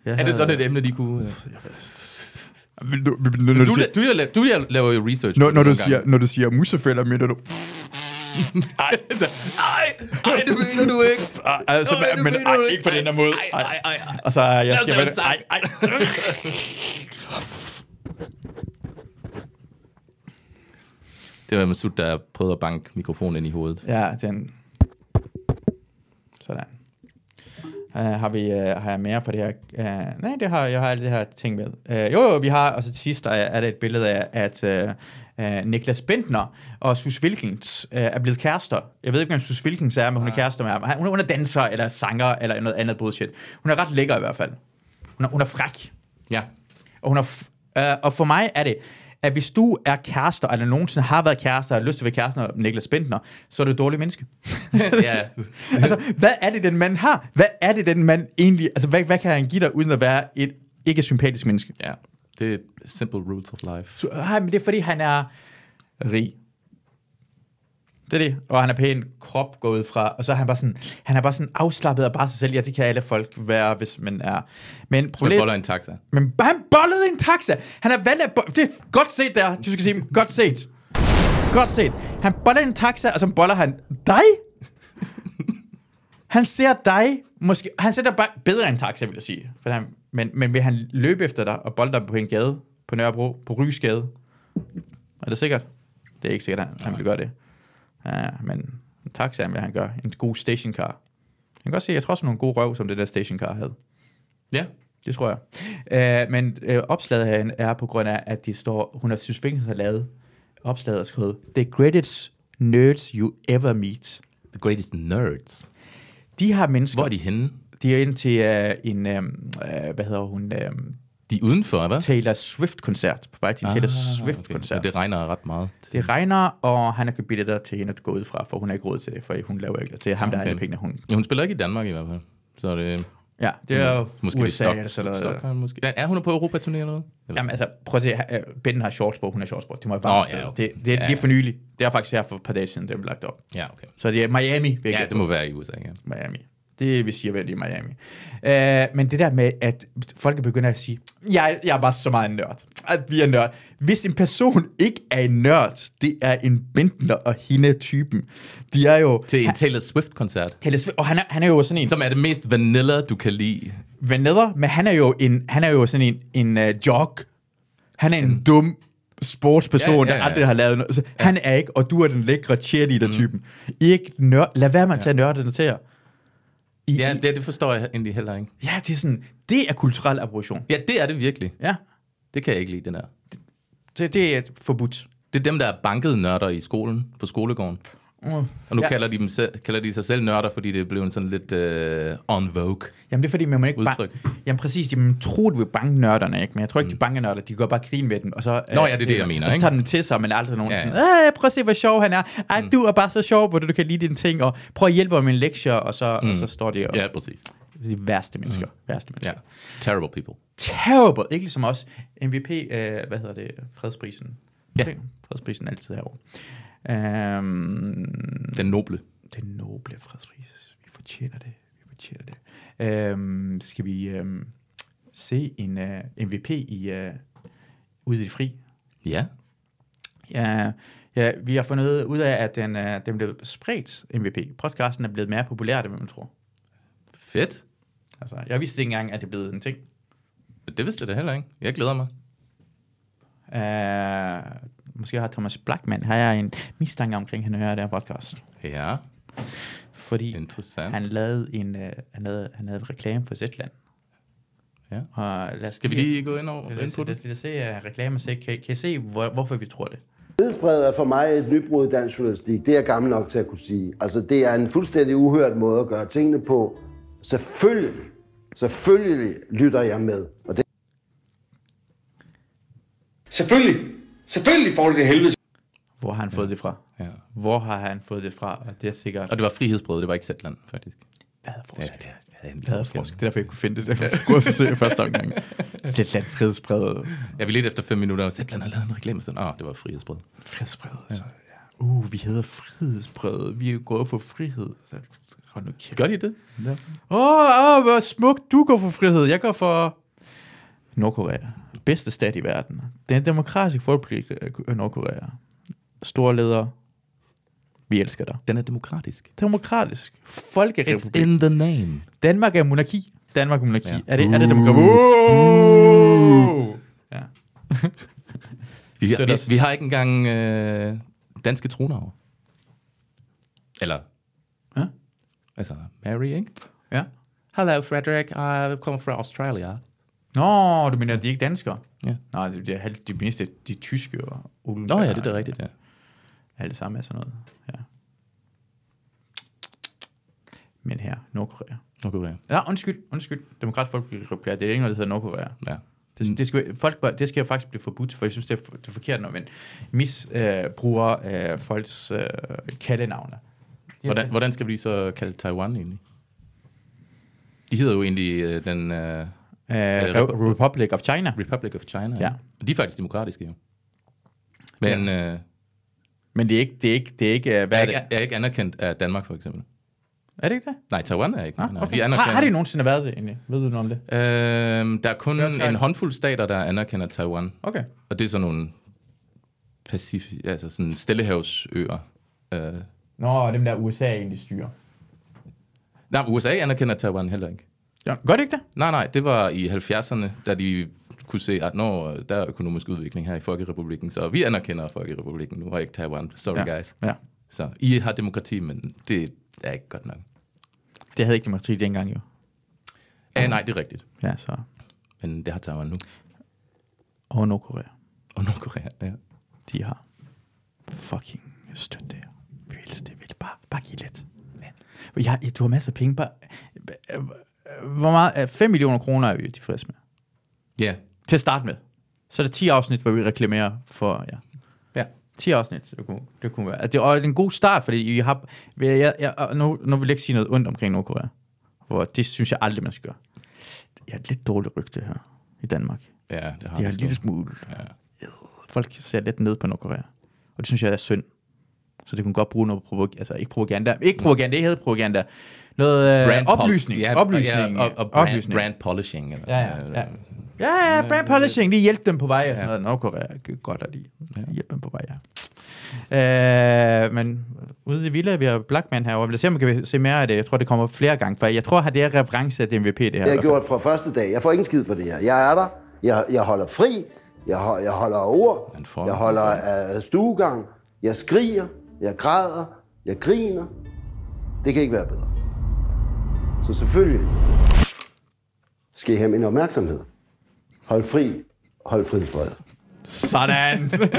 Speaker 1: Jeg
Speaker 2: Er det sådan et emne, de kunne... øh, Du, la- du, la- du, la- laver jo research. på det nogle gange.
Speaker 1: når du siger musefælder, mener du...
Speaker 2: Ej, ej, ej, det mener du ikke.
Speaker 1: Ej, altså,
Speaker 2: Nå, det
Speaker 1: men
Speaker 2: mener
Speaker 1: ej,
Speaker 2: du
Speaker 1: ikke på den her måde.
Speaker 2: Ej, ej, ej, ej.
Speaker 1: Og så jeg
Speaker 2: os
Speaker 1: skal
Speaker 2: lave
Speaker 1: være...
Speaker 2: en sang.
Speaker 1: Ej, ej.
Speaker 2: Det var Masud, der prøvede at banke mikrofonen ind i hovedet.
Speaker 1: Ja, den... Sådan. Uh, har, vi, uh, har jeg mere på det her? Uh, nej, det har, jeg har alt det her ting med. Uh, jo, jo, vi har, og så til sidst er, er der et billede af, at uh, uh, Niklas Bentner og Sus Wilkins uh, er blevet kærester. Jeg ved ikke, hvem Sus Wilkins er, men hun er kærester med ham. Han- Hun, er- hun er danser, eller sanger, eller noget andet bullshit. Hun er ret lækker i hvert fald. Hun er, hun er fræk.
Speaker 2: Ja.
Speaker 1: Og, hun er f- øh, og for mig er det, at hvis du er kærester, eller nogensinde har været kærester, og har lyst til at være kærester med Niklas Bentner, så er du et dårligt menneske.
Speaker 2: ja.
Speaker 1: altså, hvad er det, den mand har? Hvad er det, den mand egentlig... Altså, hvad, hvad kan han give dig, uden at være et ikke sympatisk menneske?
Speaker 2: ja. Det er simple rules of life.
Speaker 1: Så, Nej, men det er, fordi han er rig. Det er det. Og han er pæn krop gået fra. Og så er han bare sådan, han er bare sådan afslappet og bare sig selv. Ja, det kan alle folk være, hvis man er... Men
Speaker 2: Man
Speaker 1: problemet...
Speaker 2: boller en taxa.
Speaker 1: Men han bollede en taxa. Han er valgt at bo- Det er godt set der, du skal sige. Godt set. Godt set. Han bollede en taxa, og så boller han dig. Han ser dig, måske, han ser dig bare bedre end en taxa, vil jeg sige. For han, men, men vil han løbe efter dig og bolde dig på en gade, på Nørrebro, på Rysgade? Er det sikkert? Det er ikke sikkert, han, han vil gøre det. Ja, men en taxa vil han gøre. En god stationcar. Jeg kan godt se, jeg tror også nogle gode røv, som det der stationcar havde.
Speaker 2: Ja.
Speaker 1: Det tror jeg. Øh, men øh, opslaget herinde er på grund af, at de står, hun har Sys Vinkels har lavet opslaget og skrevet, The greatest nerds you ever meet.
Speaker 2: The greatest nerds.
Speaker 1: De har mennesker,
Speaker 2: Hvor er de henne?
Speaker 1: de er ind til øh, en, øh, øh, hvad hedder hun, øh,
Speaker 2: De er udenfor, hvad?
Speaker 1: Taylor Swift-koncert. På vej til en Taylor Swift-koncert.
Speaker 2: Ah, Okay. Det regner ret meget.
Speaker 1: Det regner, og han har købt billetter til hende at gå ud fra, for hun har ikke råd til det, for hun laver ikke det. Det er ham, der har
Speaker 2: Okay.
Speaker 1: alle pengene, hun...
Speaker 2: Ja, Hun spiller ikke i Danmark i hvert fald. Så det,
Speaker 1: Ja, det er jo
Speaker 2: måske
Speaker 1: USA
Speaker 2: det er Stok-
Speaker 1: eller sådan noget.
Speaker 2: Stockholm måske. Er hun på Europaturné eller noget? Jeg ved
Speaker 1: Jamen altså, prøv at se, øh, Bitten har shorts på, hun har shorts på. Det må jeg bare
Speaker 2: Mm. Nå,
Speaker 1: afsted.
Speaker 2: ja, okay.
Speaker 1: det, det,
Speaker 2: Ja,
Speaker 1: det er
Speaker 2: ja.
Speaker 1: for nylig. Det er faktisk her for et par dage siden, det blev lagt op.
Speaker 2: ikke. Ja, okay.
Speaker 1: Så det er Miami, vi
Speaker 2: Ja, det må være i USA, ja.
Speaker 1: Miami. Det vi siger vel, det er Miami. Øh, men det der med, at folk er begyndt at sige, jeg, jeg er bare så meget en nørd. At vi er nørd. Hvis en person ikke er en nørd, det er en Bentner og hende typen. De er jo...
Speaker 2: Til en Taylor Swift-koncert,
Speaker 1: Taylor Swift- Og han er, han er jo sådan en...
Speaker 2: som er det mest vanilla, du kan lide.
Speaker 1: Vanilla, men han er jo en han er jo sådan en en uh, jog. Han er en dum sportsperson, ja, ja, ja. der aldrig har lavet noget. Så Han er ikke, og du er den lækre cheerleader-typen. Mm. I er ikke nør- Lad være med at tage ja. nørderne til jer. I,
Speaker 2: Ja,
Speaker 1: ja, det...
Speaker 2: det, det forstår jeg egentlig heller ikke.
Speaker 1: ja, det er sådan, det er kulturel appropriation.
Speaker 2: Ja, det er det virkelig.
Speaker 1: Ja,
Speaker 2: Det kan jeg ikke lide, den der.
Speaker 1: det, det er forbudt.
Speaker 2: Det er dem, der er bankede nørder i skolen, på skolegården.
Speaker 1: Mm.
Speaker 2: Og
Speaker 1: Ja.
Speaker 2: nu ja. kalder, de dem selv, kalder de sig selv nørder, fordi det blev en sådan lidt øh, on vogue.
Speaker 1: Jamen det er fordi, man må ikke
Speaker 2: Udtryk.
Speaker 1: Ban- Jamen præcis, jamen, man tror, du er banknørderne, ikke? men jeg tror ikke, de er banknørder, de går bare grine med den. Og så,
Speaker 2: Mm.
Speaker 1: øh,
Speaker 2: Nå ja, det er det, jeg mener,
Speaker 1: Og så
Speaker 2: ikke?
Speaker 1: tager den til sig, men aldrig nogen ja.
Speaker 2: Ja, Mm. ja.
Speaker 1: sådan, Æh, prøv at se, hvor sjov han er. Ej, du er bare så sjov, hvor du kan lide dine ting, og prøv at hjælpe mig med en lektie, og så, mm. og så står de og
Speaker 2: Ja, præcis.
Speaker 1: de værste mennesker. Mm. Værste mennesker.
Speaker 2: Ja.
Speaker 1: Ja.
Speaker 2: Terrible people.
Speaker 1: Terrible, ikke ligesom os. MVP, øh, hvad hedder det, fredsprisen.
Speaker 2: Ja.
Speaker 1: Fredsprisen er altid herovre. Øhm,
Speaker 2: Den noble.
Speaker 1: den noble fredspris. Vi fortjener det. Vi fortjener det. Øhm, skal vi øhm, se en uh, MVP i uh, ude i det fri?
Speaker 2: Ja.
Speaker 1: Ja, ja, vi har fundet ud af, at den, uh, den blev spredt, MVP. Podcasten er blevet mere populær, end man tror.
Speaker 2: Fedt.
Speaker 1: Altså, jeg vidste ikke engang, at det blev en ting.
Speaker 2: Det vidste jeg da heller ikke. Jeg glæder mig.
Speaker 1: Uh, måske har Thomas Blackman, har jeg en mistanke omkring, at han hører det her podcast.
Speaker 2: Ja,
Speaker 1: Fordi
Speaker 2: interessant.
Speaker 1: han lavede en uh, han lavede, han lavede reklame for Zetland.
Speaker 2: Ja.
Speaker 1: Og lad os
Speaker 2: Skal vi lige gå ind over
Speaker 1: Lad
Speaker 2: ind
Speaker 1: os,
Speaker 2: på
Speaker 1: lad,
Speaker 2: det?
Speaker 1: os, lad os se uh, reklamer, så kan, kan I se, hvor, hvorfor vi tror det?
Speaker 5: Nyhedsbrevet er for mig et nybrud i dansk journalistik. Det er jeg gammel nok til at kunne sige. Altså, det er en fuldstændig uhørt måde at gøre tingene på. Selvfølgelig, selvfølgelig lytter jeg med. Og det
Speaker 4: Selvfølgelig. Selvfølgelig får de det helvede.
Speaker 1: Hvor har han fået det fra?
Speaker 2: Ja.
Speaker 1: Hvor har han fået det fra? Og det er sikkert...
Speaker 2: Og det var frihedsbrød, det var ikke Zetland, faktisk.
Speaker 1: Badeforsk.
Speaker 2: det er en
Speaker 1: Badeforsk. Det er derfor, jeg ikke kunne finde det. Det var gået forsøg i første omgang. Zetland frihedsbrevet.
Speaker 2: Jeg ville lidt efter fem minutter, og Zetland har lavet en reklame, sådan, ah, det var frihedsbrød.
Speaker 1: Frihedsbrevet. Ja. Så, ja. Uh, vi hedder frihedsbrevet. Vi er gået for frihed. Så, hold nu kæft.
Speaker 2: Gør de det? Ja.
Speaker 1: Åh, oh, oh, hvor smukt. Du går for frihed. Jeg går for Nordkorea. Bedste stat i verden. Den demokratiske folkelig øh, Nordkorea. Store leder. Vi elsker dig.
Speaker 2: Den er demokratisk.
Speaker 1: Demokratisk. Folkerepublik.
Speaker 2: in the name.
Speaker 1: Danmark er monarki. Danmark er monarki. Ja.
Speaker 2: Ja.
Speaker 1: Er det, er det demokrati? Uh. Ja.
Speaker 2: Vi, vi,
Speaker 1: Støtter os.
Speaker 2: vi har ikke engang øh, danske tronarver. Eller,
Speaker 1: Ja.
Speaker 2: altså, Mary, ikke?
Speaker 1: ja.
Speaker 2: Hello, Frederick. I come from Australia.
Speaker 1: Nå, du mener, at de er ikke danskere?
Speaker 2: Ja.
Speaker 1: Nej, det det er halv- de mindste, de er tyske og Ulven.
Speaker 2: Nå ja, det er da rigtigt, ja.
Speaker 1: Alle sammen er sådan noget. Ja. Men her, Nordkorea.
Speaker 2: Nordkorea.
Speaker 1: Ja, undskyld, undskyld. Mm. Demokratisk Folkerepublik, det er ikke noget, der hedder Nordkorea.
Speaker 2: Ja.
Speaker 1: Det, det, skal, folk, bør- det skal faktisk blive forbudt, for jeg synes, det er, for- det er forkert, når man misbruger øh, bruger, øh, folks øh, kaldenavne.
Speaker 2: Hvordan, hvordan skal vi så kalde Taiwan egentlig? De hedder jo egentlig øh, den øh,
Speaker 1: Øh, Re- Republic of China.
Speaker 2: Republic of China.
Speaker 1: Ja.
Speaker 2: ikke? De er faktisk demokratiske jo. Men øh,
Speaker 1: Men det er ikke, det er ikke, det er ikke, øh, hvad
Speaker 2: er,
Speaker 1: er
Speaker 2: ikke,
Speaker 1: det?
Speaker 2: er ikke anerkendt af Danmark for eksempel.
Speaker 1: Er det ikke det?
Speaker 2: Nej, Taiwan er ikke.
Speaker 1: Ah,
Speaker 2: Nej,
Speaker 1: okay.
Speaker 2: de
Speaker 1: har, har det nogensinde været det egentlig? Ved du noget om det?
Speaker 2: Øhm, der er kun
Speaker 1: Flertal.
Speaker 2: en håndfuld stater, der anerkender Taiwan.
Speaker 1: Okay.
Speaker 2: Og det er sådan nogle Pacific, altså sådan stillehavsøer. Øh,
Speaker 1: Nå, dem der USA egentlig styrer.
Speaker 2: nej, men USA anerkender Taiwan heller ikke.
Speaker 1: Ja, gør det ikke det?
Speaker 2: Nej, nej, det var i 70'erne, da de kunne se, at når der er økonomisk udvikling her i Folkerepublikken, så vi anerkender Folkerepublikken nu, og ikke Taiwan. Sorry ja. guys.
Speaker 1: ja.
Speaker 2: Så I har demokrati, men det er ikke godt nok.
Speaker 1: Det havde ikke demokrati dengang jo.
Speaker 2: Ja, Ah, nej, det er rigtigt.
Speaker 1: Ja, så.
Speaker 2: Men det har Taiwan nu.
Speaker 1: Og Nordkorea.
Speaker 2: Og Nordkorea, ja.
Speaker 1: De har fucking støtte det her. Vi elsker det. Vi vil bare, bare give lidt. Ja. Jeg, jeg- du har masser af penge. Bare, hvor meget? 5 millioner kroner er vi jo tilfredse med.
Speaker 2: Ja,
Speaker 1: Til at starte med. Så er der 10 afsnit, hvor vi reklamerer for jer.
Speaker 2: ja.
Speaker 1: 10 afsnit, det kunne, det kunne være. Det, og det er en god start, fordi I har, jeg, jeg, jeg, og nu, nu vil jeg ikke sige noget ondt omkring Nordkorea. For det synes jeg aldrig, man skal gøre. Jeg har et lidt dårligt rygte her i Danmark.
Speaker 2: ja det har
Speaker 1: Det er en
Speaker 2: vi
Speaker 1: lille
Speaker 2: sgu.
Speaker 1: smule.
Speaker 2: Ja.
Speaker 1: Folk ser lidt ned på Nordkorea. Og det synes jeg er synd. Så det kunne godt bruge noget propaganda. Altså ikke propaganda. Ikke propaganda, det hedder propaganda. Noget øh,
Speaker 2: pol-
Speaker 1: oplysning.
Speaker 2: Ja,
Speaker 1: oplysning.
Speaker 2: Ja, og, og brand,
Speaker 1: oplysning.
Speaker 2: brand polishing. Eller,
Speaker 1: Ja, ja, ja. Ja, ja, brand polishing, lige hjælp dem på vej. Ja. Nordkorea, kan godt at lige hjælp dem på vej, ja. Øh, men ude i Villa, vi har Blackman herovre. Lad os se, om vi kan se mere af det. Jeg tror, det kommer flere gange. For jeg tror, at det er reference af det MVP, det her.
Speaker 5: har jeg gjort fra første dag. Jeg får ingen skid for det her. Jeg er der. Jeg, jeg holder fri. Jeg, ho- jeg holder af ord.
Speaker 2: Han får-
Speaker 5: Jeg holder af stuegang. Jeg skriger. Jeg græder. Jeg griner. Det kan ikke være bedre. Så selvfølgelig skal I have min opmærksomhed. Hold fri. Hold frihedsbredet.
Speaker 1: Sådan.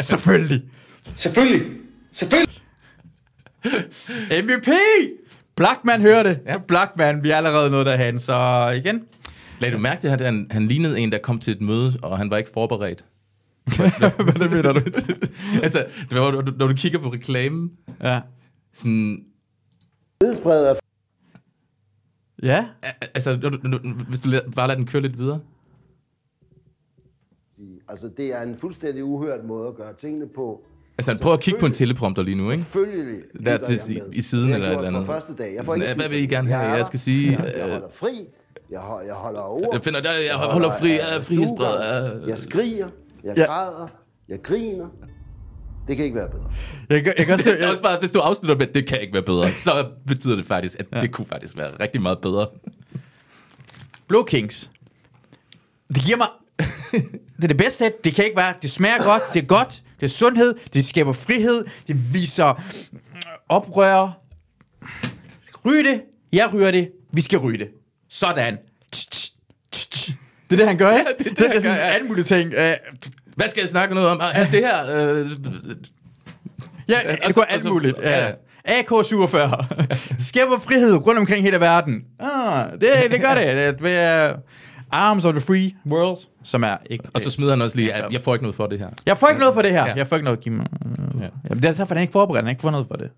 Speaker 1: Selvfølgelig.
Speaker 4: Selvfølgelig. Selvfølgelig.
Speaker 1: MVP! Blackman hører det. Ja. Blackman, vi er allerede nået derhen. Så igen.
Speaker 2: Lad du mærke til, at han, han lignede en, der kom til et møde, og han var ikke forberedt.
Speaker 1: Hvad mener du?
Speaker 2: altså, det var, når, du, når du kigger på reklamen,
Speaker 1: ja.
Speaker 2: sådan,
Speaker 5: Frihedsbredet er
Speaker 1: Ja.
Speaker 2: al- altså, når du, når du, hvis du la- bare lader den køre lidt videre.
Speaker 5: Altså, det er en fuldstændig uhørt måde at gøre tingene på.
Speaker 2: Altså, han prøver at kigge på en teleprompter lige nu, ikke?
Speaker 5: Følgelig
Speaker 2: Der til, i, i siden eller et eller andet.
Speaker 5: Første dag. Jeg får
Speaker 2: sådan,
Speaker 5: ikke
Speaker 2: hvad
Speaker 5: tid
Speaker 2: vil
Speaker 5: for
Speaker 2: I
Speaker 5: det.
Speaker 2: gerne
Speaker 5: Jeg er
Speaker 2: have? Jeg
Speaker 5: der.
Speaker 2: skal sige...
Speaker 5: Jeg
Speaker 2: øh,
Speaker 5: holder fri. Jeg, hold, jeg holder af ord.
Speaker 2: Jeg finder dig, jeg holder fri øh, af frihedsbred.
Speaker 5: stuegang. Jeg
Speaker 2: af-
Speaker 5: skriger. Jeg
Speaker 1: Ja.
Speaker 5: græder. Jeg griner. Det kan ikke være bedre.
Speaker 1: Jeg, kan- jeg kan også,
Speaker 2: Det er også bare, hvis du afslutter med, det kan ikke være bedre, så betyder det faktisk, at det kunne faktisk være rigtig meget bedre.
Speaker 1: Blå Kings. Det giver mig... det er det bedste, at det kan ikke være. Det smager godt, det er godt, det er sundhed, det skaber frihed, det viser oprør. Ryg det, jeg ryger det, vi skal ryge det. Sådan. Det er det, han gør, ikke? det, er det, han gør, ja. Alle mulige ting. Øh, Ja,
Speaker 2: Hvad skal jeg snakke noget om? Ah, Ja, det her... Øh,
Speaker 1: ja, det
Speaker 2: og så-
Speaker 1: går
Speaker 2: og
Speaker 1: alt
Speaker 2: så-
Speaker 1: muligt.
Speaker 2: ja,
Speaker 1: Ja.
Speaker 2: ja.
Speaker 1: AK-47. Skaber frihed rundt omkring hele verden. Ah, det, det gør det. det med, uh, Arms of the Free World, som er ikke...
Speaker 2: Og så smider han også lige, at jeg får ikke noget for det her.
Speaker 1: jeg får ikke noget for det her.
Speaker 2: Ja.
Speaker 1: Jeg får ikke noget. Giv mig.
Speaker 2: Ja.
Speaker 1: Jamen, det er derfor, han er ikke forberedt. Han har ikke fået noget for det.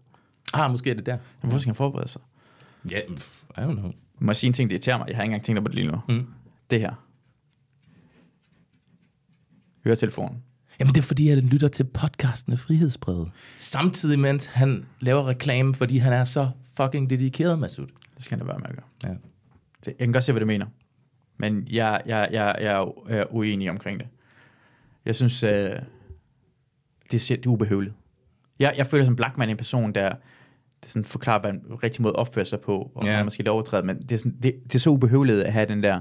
Speaker 2: Ah, måske er det der.
Speaker 1: Jamen, Hvorfor skal han forberede sig?
Speaker 2: Ja, pff, I don't know.
Speaker 1: Må jeg sige en ting, det irriterer mig? Jeg har ikke engang tænkt på det lige nu. Mm. Det her. Høretelefonen.
Speaker 2: Jamen, det er fordi, at han lytter til podcasten af Frihedsbrevet. Samtidig mens han laver reklame, fordi han er så fucking dedikeret, Masud.
Speaker 1: Det skal han da være med at gøre.
Speaker 2: Ja.
Speaker 1: Det, jeg kan godt se, hvad du mener. Men jeg, jeg, jeg, jeg er u- er uenig omkring det. Jeg synes, øh, det er selv det er ubehøveligt. Jeg, jeg føler som Blackman en person, der der sådan forklarer, hvad en rigtig måde opfører sig på, og
Speaker 2: Ja.
Speaker 1: yeah. man skal overtræde, men det er, sådan, det, det er så ubehøveligt at have den der,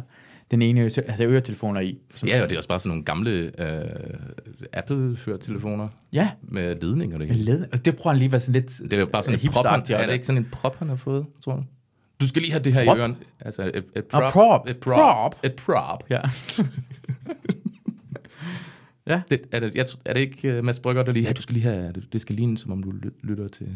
Speaker 1: den ene, ø- altså øretelefoner i. Som,
Speaker 2: ja, og det er også bare sådan nogle gamle øh, Apple-høretelefoner
Speaker 1: Ja,
Speaker 2: med ledninger og det
Speaker 1: med
Speaker 2: hele.
Speaker 1: led, og det prøver han lige at være sådan lidt
Speaker 2: Det er jo bare sådan en prop, han, er det ikke sådan en prop, han har fået, tror du? Du skal lige have det her
Speaker 1: Prop?
Speaker 2: i øren. Altså, et, et
Speaker 1: Nå,
Speaker 2: prop.
Speaker 1: prop.
Speaker 2: Et prop.
Speaker 1: Prop.
Speaker 2: Et prop.
Speaker 1: Ja. ja.
Speaker 2: Det, er, det, jeg, tr- er det ikke uh, Mads Brygger, der lige, ja, du skal lige have, det, det skal ligne, som om du lyt- lytter til...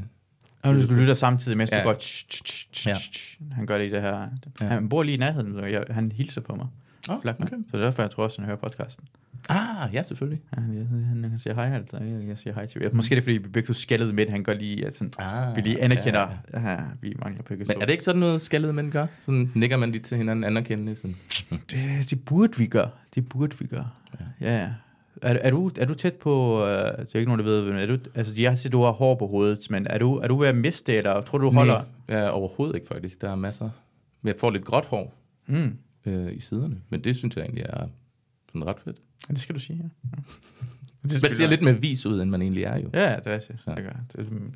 Speaker 1: Og du skulle lytte samtidig, mens ja.
Speaker 2: Ja.
Speaker 1: du går... Tsh, tsh, tsh, tsh,
Speaker 2: Ja.
Speaker 1: tsh. Han gør det i det her...
Speaker 2: Ja.
Speaker 1: Han bor lige i nærheden, så jeg, han hilser på mig.
Speaker 2: Oh,
Speaker 1: Blackman. Okay. Så det er derfor, jeg tror også, han hører podcasten.
Speaker 2: Ah, ja, selvfølgelig.
Speaker 1: Ja, han, han, han siger hej altid, og jeg, jeg siger hej til jer. Måske det er, fordi vi begge to skældede midt. Han går lige, at sådan,
Speaker 2: Ah,
Speaker 1: vi lige anerkender, ja, ja. ja vi mangler begge
Speaker 2: Men
Speaker 1: to.
Speaker 2: er det ikke sådan noget, skaldede mænd gør? Sådan nikker man lige til hinanden anerkendende. Sådan.
Speaker 1: det, det burde vi gøre. Det burde vi gøre. Ja, ja. Er, er, du, er du tæt på, øh, det er ikke nogen, der ved, men er du, altså jeg har set, du har hår på hovedet, men er du, er du ved at miste det, eller tror du, du holder?
Speaker 2: Nej, ja, overhovedet ikke faktisk. Der er masser. Men jeg får lidt gråt hår
Speaker 1: Mm.
Speaker 2: øh, i siderne. Men det synes jeg egentlig er sådan ret fedt.
Speaker 1: Ja, det skal du sige, ja. ja.
Speaker 2: Man ser lidt mere vis ud, end man egentlig er jo.
Speaker 1: Ja, det er rigtigt.
Speaker 2: Så.
Speaker 1: Det gør jeg. det. er sådan-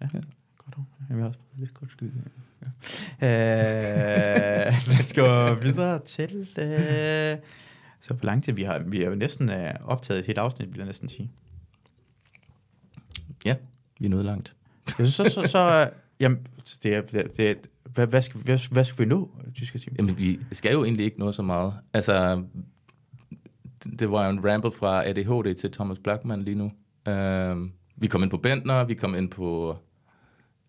Speaker 1: Ja, ja. godt ord. Jeg har også fået lidt godt skyde. Ja. Øh, lad os gå videre til... Øh, så hvor lang tid vi har... Vi er jo næsten øh, optaget et helt afsnit, vil jeg næsten sige.
Speaker 2: Ja, vi er nået langt.
Speaker 1: Jeg synes så... så, så øh, jamen, det er... Det, det, hvad, hvad, skal, hvad, hvad skal vi nå, tyske team?
Speaker 2: Jamen, vi skal jo egentlig ikke nå så meget. Altså, det- det var jo en ramble fra ADHD til Thomas Blackman lige nu. Uh, vi kom ind på Bentner, vi kom ind på...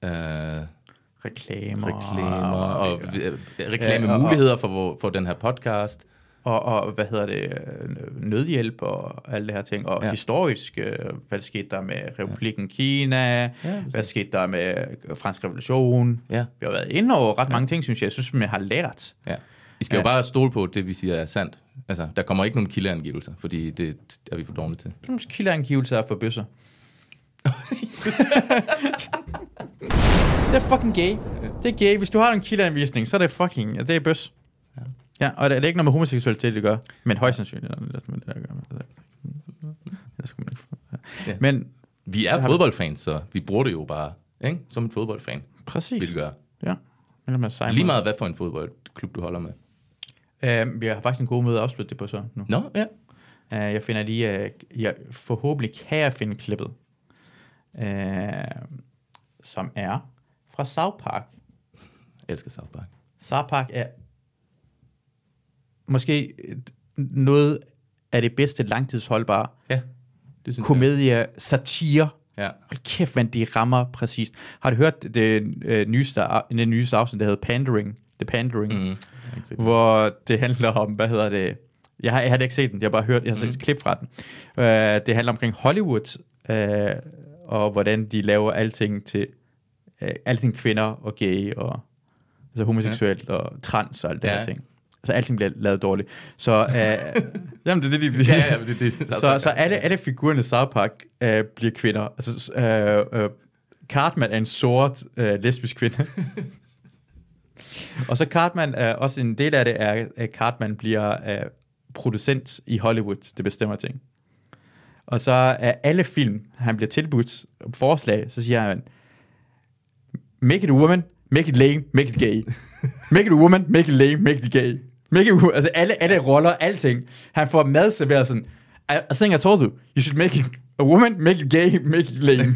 Speaker 2: Uh,
Speaker 1: Reklamer.
Speaker 2: reklamer og
Speaker 1: og,
Speaker 2: øh, reklamemuligheder for, vor- for den her podcast.
Speaker 1: og, og, hvad hedder det, øh, nødhjælp og alle det her ting, og ja.
Speaker 2: Ja.
Speaker 1: historisk, øh, hvad skete der med Republiken ja. Kina, ja,
Speaker 2: præcis.
Speaker 1: hvad skete der med øh, Fransk Revolution.
Speaker 2: Ja.
Speaker 1: Vi har været inde over ret mange ting, synes jeg. Jeg synes, man har lært.
Speaker 2: Ja. I skal ja. jo bare stole på, at det vi siger er sandt. Altså, der kommer ikke nogen kildeangivelser, fordi det er vi for dårlige til.
Speaker 1: Jeg synes, kildeangivelser er for bøsser. det er fucking gay. Det er gay. Hvis du har en kildeanvisning, så er det fucking, ja, det er bøs. Ja, og det, det er ikke noget med homoseksualitet, det gør. Men højst sandsynligt er det noget, det der gør. Men det skal man ikke-
Speaker 2: Ja.
Speaker 1: Men
Speaker 2: Vi er fodboldfans, så vi bruger det jo bare ikke? som en fodboldfan,
Speaker 1: præcis.
Speaker 2: vil det gøre.
Speaker 1: Ja. Eller man sejmer.
Speaker 2: Lige meget hvad for en fodboldklub du holder med.
Speaker 1: Øh, vi har faktisk en god måde at afslutte det på så nu.
Speaker 2: Nå, ja.
Speaker 1: Øh, jeg finder lige, øh, jeg, forhåbentlig kan jeg finde klippet, øh, som er fra South Park.
Speaker 2: Jeg elsker South Park.
Speaker 1: South Park er måske øh, noget af det bedste langtidsholdbare
Speaker 2: Ja, det synes
Speaker 1: komedie, satire.
Speaker 2: jeg. Ja.
Speaker 1: Hold kæft, man, de rammer præcist. Har du hørt det, øh, nyeste, det nyeste afsnit, der hedder Pandering? The Pandering.
Speaker 2: Mm. Jeg har ikke set det.
Speaker 1: hvor det handler om, hvad hedder det, jeg har, jeg har ikke set den, jeg har bare hørt, jeg har set et klip fra den. Øh, det handler omkring Hollywood, øh, og hvordan de laver alting til, øh, alting kvinder og gay, og altså homoseksuelt ja. og trans og alt det ja.
Speaker 2: Ja.
Speaker 1: her ting. Så alting bliver lavet dårligt. Så, øh, jamen det er det, de
Speaker 2: Ja, ja, men det, det, South
Speaker 1: så,
Speaker 2: Park
Speaker 1: så
Speaker 2: er-
Speaker 1: alle, alle figurerne i South Park øh, bliver kvinder. Altså, s- øh, øh, Cartman er en sort øh, lesbisk kvinde. og så Cartman, øh, også en del af det er, at Cartman bliver øh, producent i Hollywood, det bestemmer ting. Og så er alle film, han bliver tilbudt forslag, så siger han, make it a woman, make it lame, make it gay. Make it a woman, make it lame, make it gay. Make it, altså alle, alle roller, alting. Han får mad serveret sådan, I, I think I told you, you should make it a woman, make it gay, make it lame.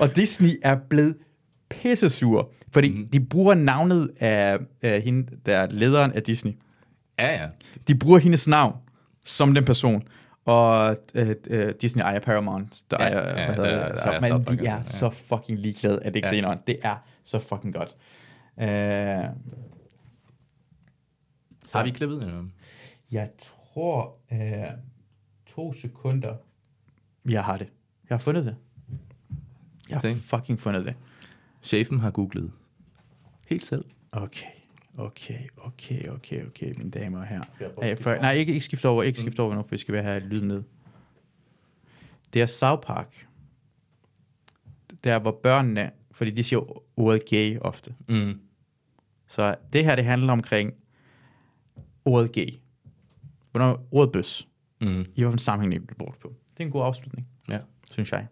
Speaker 1: Og Disney er blevet pissesur, fordi mm. de bruger navnet af, af hende, der er lederen af Disney.
Speaker 2: Ja, ja.
Speaker 1: De bruger hendes navn som den person. og øh, øh, Disney ejer Paramount, der
Speaker 2: Ja,
Speaker 1: ejer,
Speaker 2: ja,
Speaker 1: hvad hedder
Speaker 2: der-
Speaker 1: det,
Speaker 2: der
Speaker 1: South
Speaker 2: ejer
Speaker 1: Park.
Speaker 2: South
Speaker 1: men
Speaker 2: Park,
Speaker 1: de er
Speaker 2: ja.
Speaker 1: så fucking ligeglade, at det
Speaker 2: Ja.
Speaker 1: griner. Det er så fucking godt. Øh,
Speaker 2: Har vi klippet den?
Speaker 1: jeg tror, øh, to sekunder, jeg har det. Jeg har fundet det. Jeg har
Speaker 2: Dang.
Speaker 1: fucking fundet det.
Speaker 2: Chefen har googlet. Helt selv.
Speaker 1: Okay, okay, okay, okay, okay, mine damer og herrer. Æh, for, nej, ikke, ikke skift over, ikke skift over nu, for vi skal være her lyden ned. Det er South Park. Der, hvor børnene, fordi de siger ordet gay ofte.
Speaker 2: Mm.
Speaker 1: Så det her, det handler omkring ordet gay. Hvornår ordet bøs.
Speaker 2: Mm.
Speaker 1: I hvilken sammenhæng det bliver brugt på. Det er en god afslutning,
Speaker 2: Ja.
Speaker 1: synes jeg,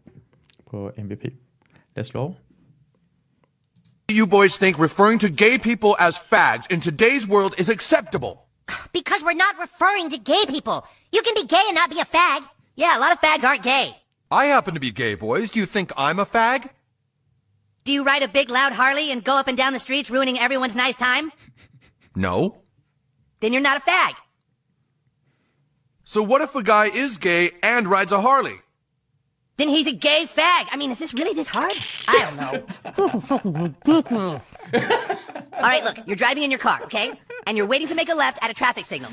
Speaker 1: på MVP. Lad os slå over.
Speaker 6: you boys think referring to gay people as fags in today's world is acceptable.
Speaker 7: Because we're not referring to gay people. You can be gay and not be a fag. Yeah, a lot of fags aren't gay.
Speaker 6: I happen to be gay, boys. Do you think I'm a fag?
Speaker 7: Do you ride a big loud Harley and go up and down the streets ruining everyone's nice time?
Speaker 6: No.
Speaker 7: Then you're not a fag.
Speaker 6: So what if a guy is gay and rides a Harley?
Speaker 7: Then he's a gay fag. I mean, is this really this hard? I don't know. All right, look, you're driving in your car, okay? And you're waiting to make a left at a traffic signal.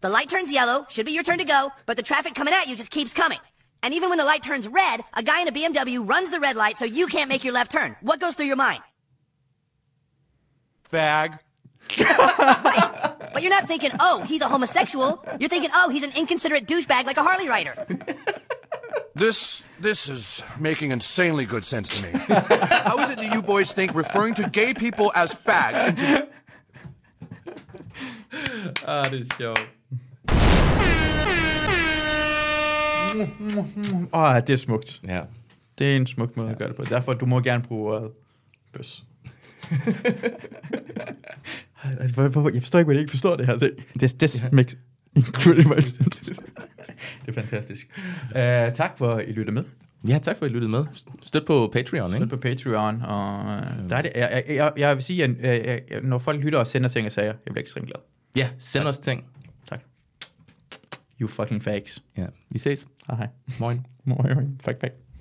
Speaker 7: The light turns yellow, should be your turn to go, but the traffic coming at you just keeps coming. And even when the light turns red, a guy in a BMW runs the red light so you can't make your left turn. What goes through your mind?
Speaker 6: Fag.
Speaker 7: But you're not thinking, oh, he's a homosexual. You're thinking, oh, he's an inconsiderate douchebag like a Harley rider.
Speaker 6: This this is making insanely good sense to me. How is it that you boys think referring to gay people as fags in to-
Speaker 2: Ah, det er sjovt.
Speaker 1: Åh, det er smukt.
Speaker 2: Ja.
Speaker 1: Det er en smuk måde at gøre det på. Derfor, du må gerne bruge ordet bøs. Ej, hvor- hvor- Jeg forstår ikke, hvor jeg ikke forstår det her. Det, det, det yeah. makes incredible sense. det er fantastisk. Uh, tak for, at I lytter med
Speaker 2: Ja, tak for, at I lyttede med. Støt på Patreon, ikke?
Speaker 1: på Patreon. Og øh, der er det, jeg, jeg, jeg, jeg vil sige, at øh, jeg- når folk lytter og sender ting og sager, jeg bliver ekstremt glad.
Speaker 2: Ja, send os ting.
Speaker 1: Tak. You fucking fags.
Speaker 2: Ja, vi ses.
Speaker 1: Hej hej.
Speaker 2: Moin.
Speaker 1: Morgen. Fuck, fuck.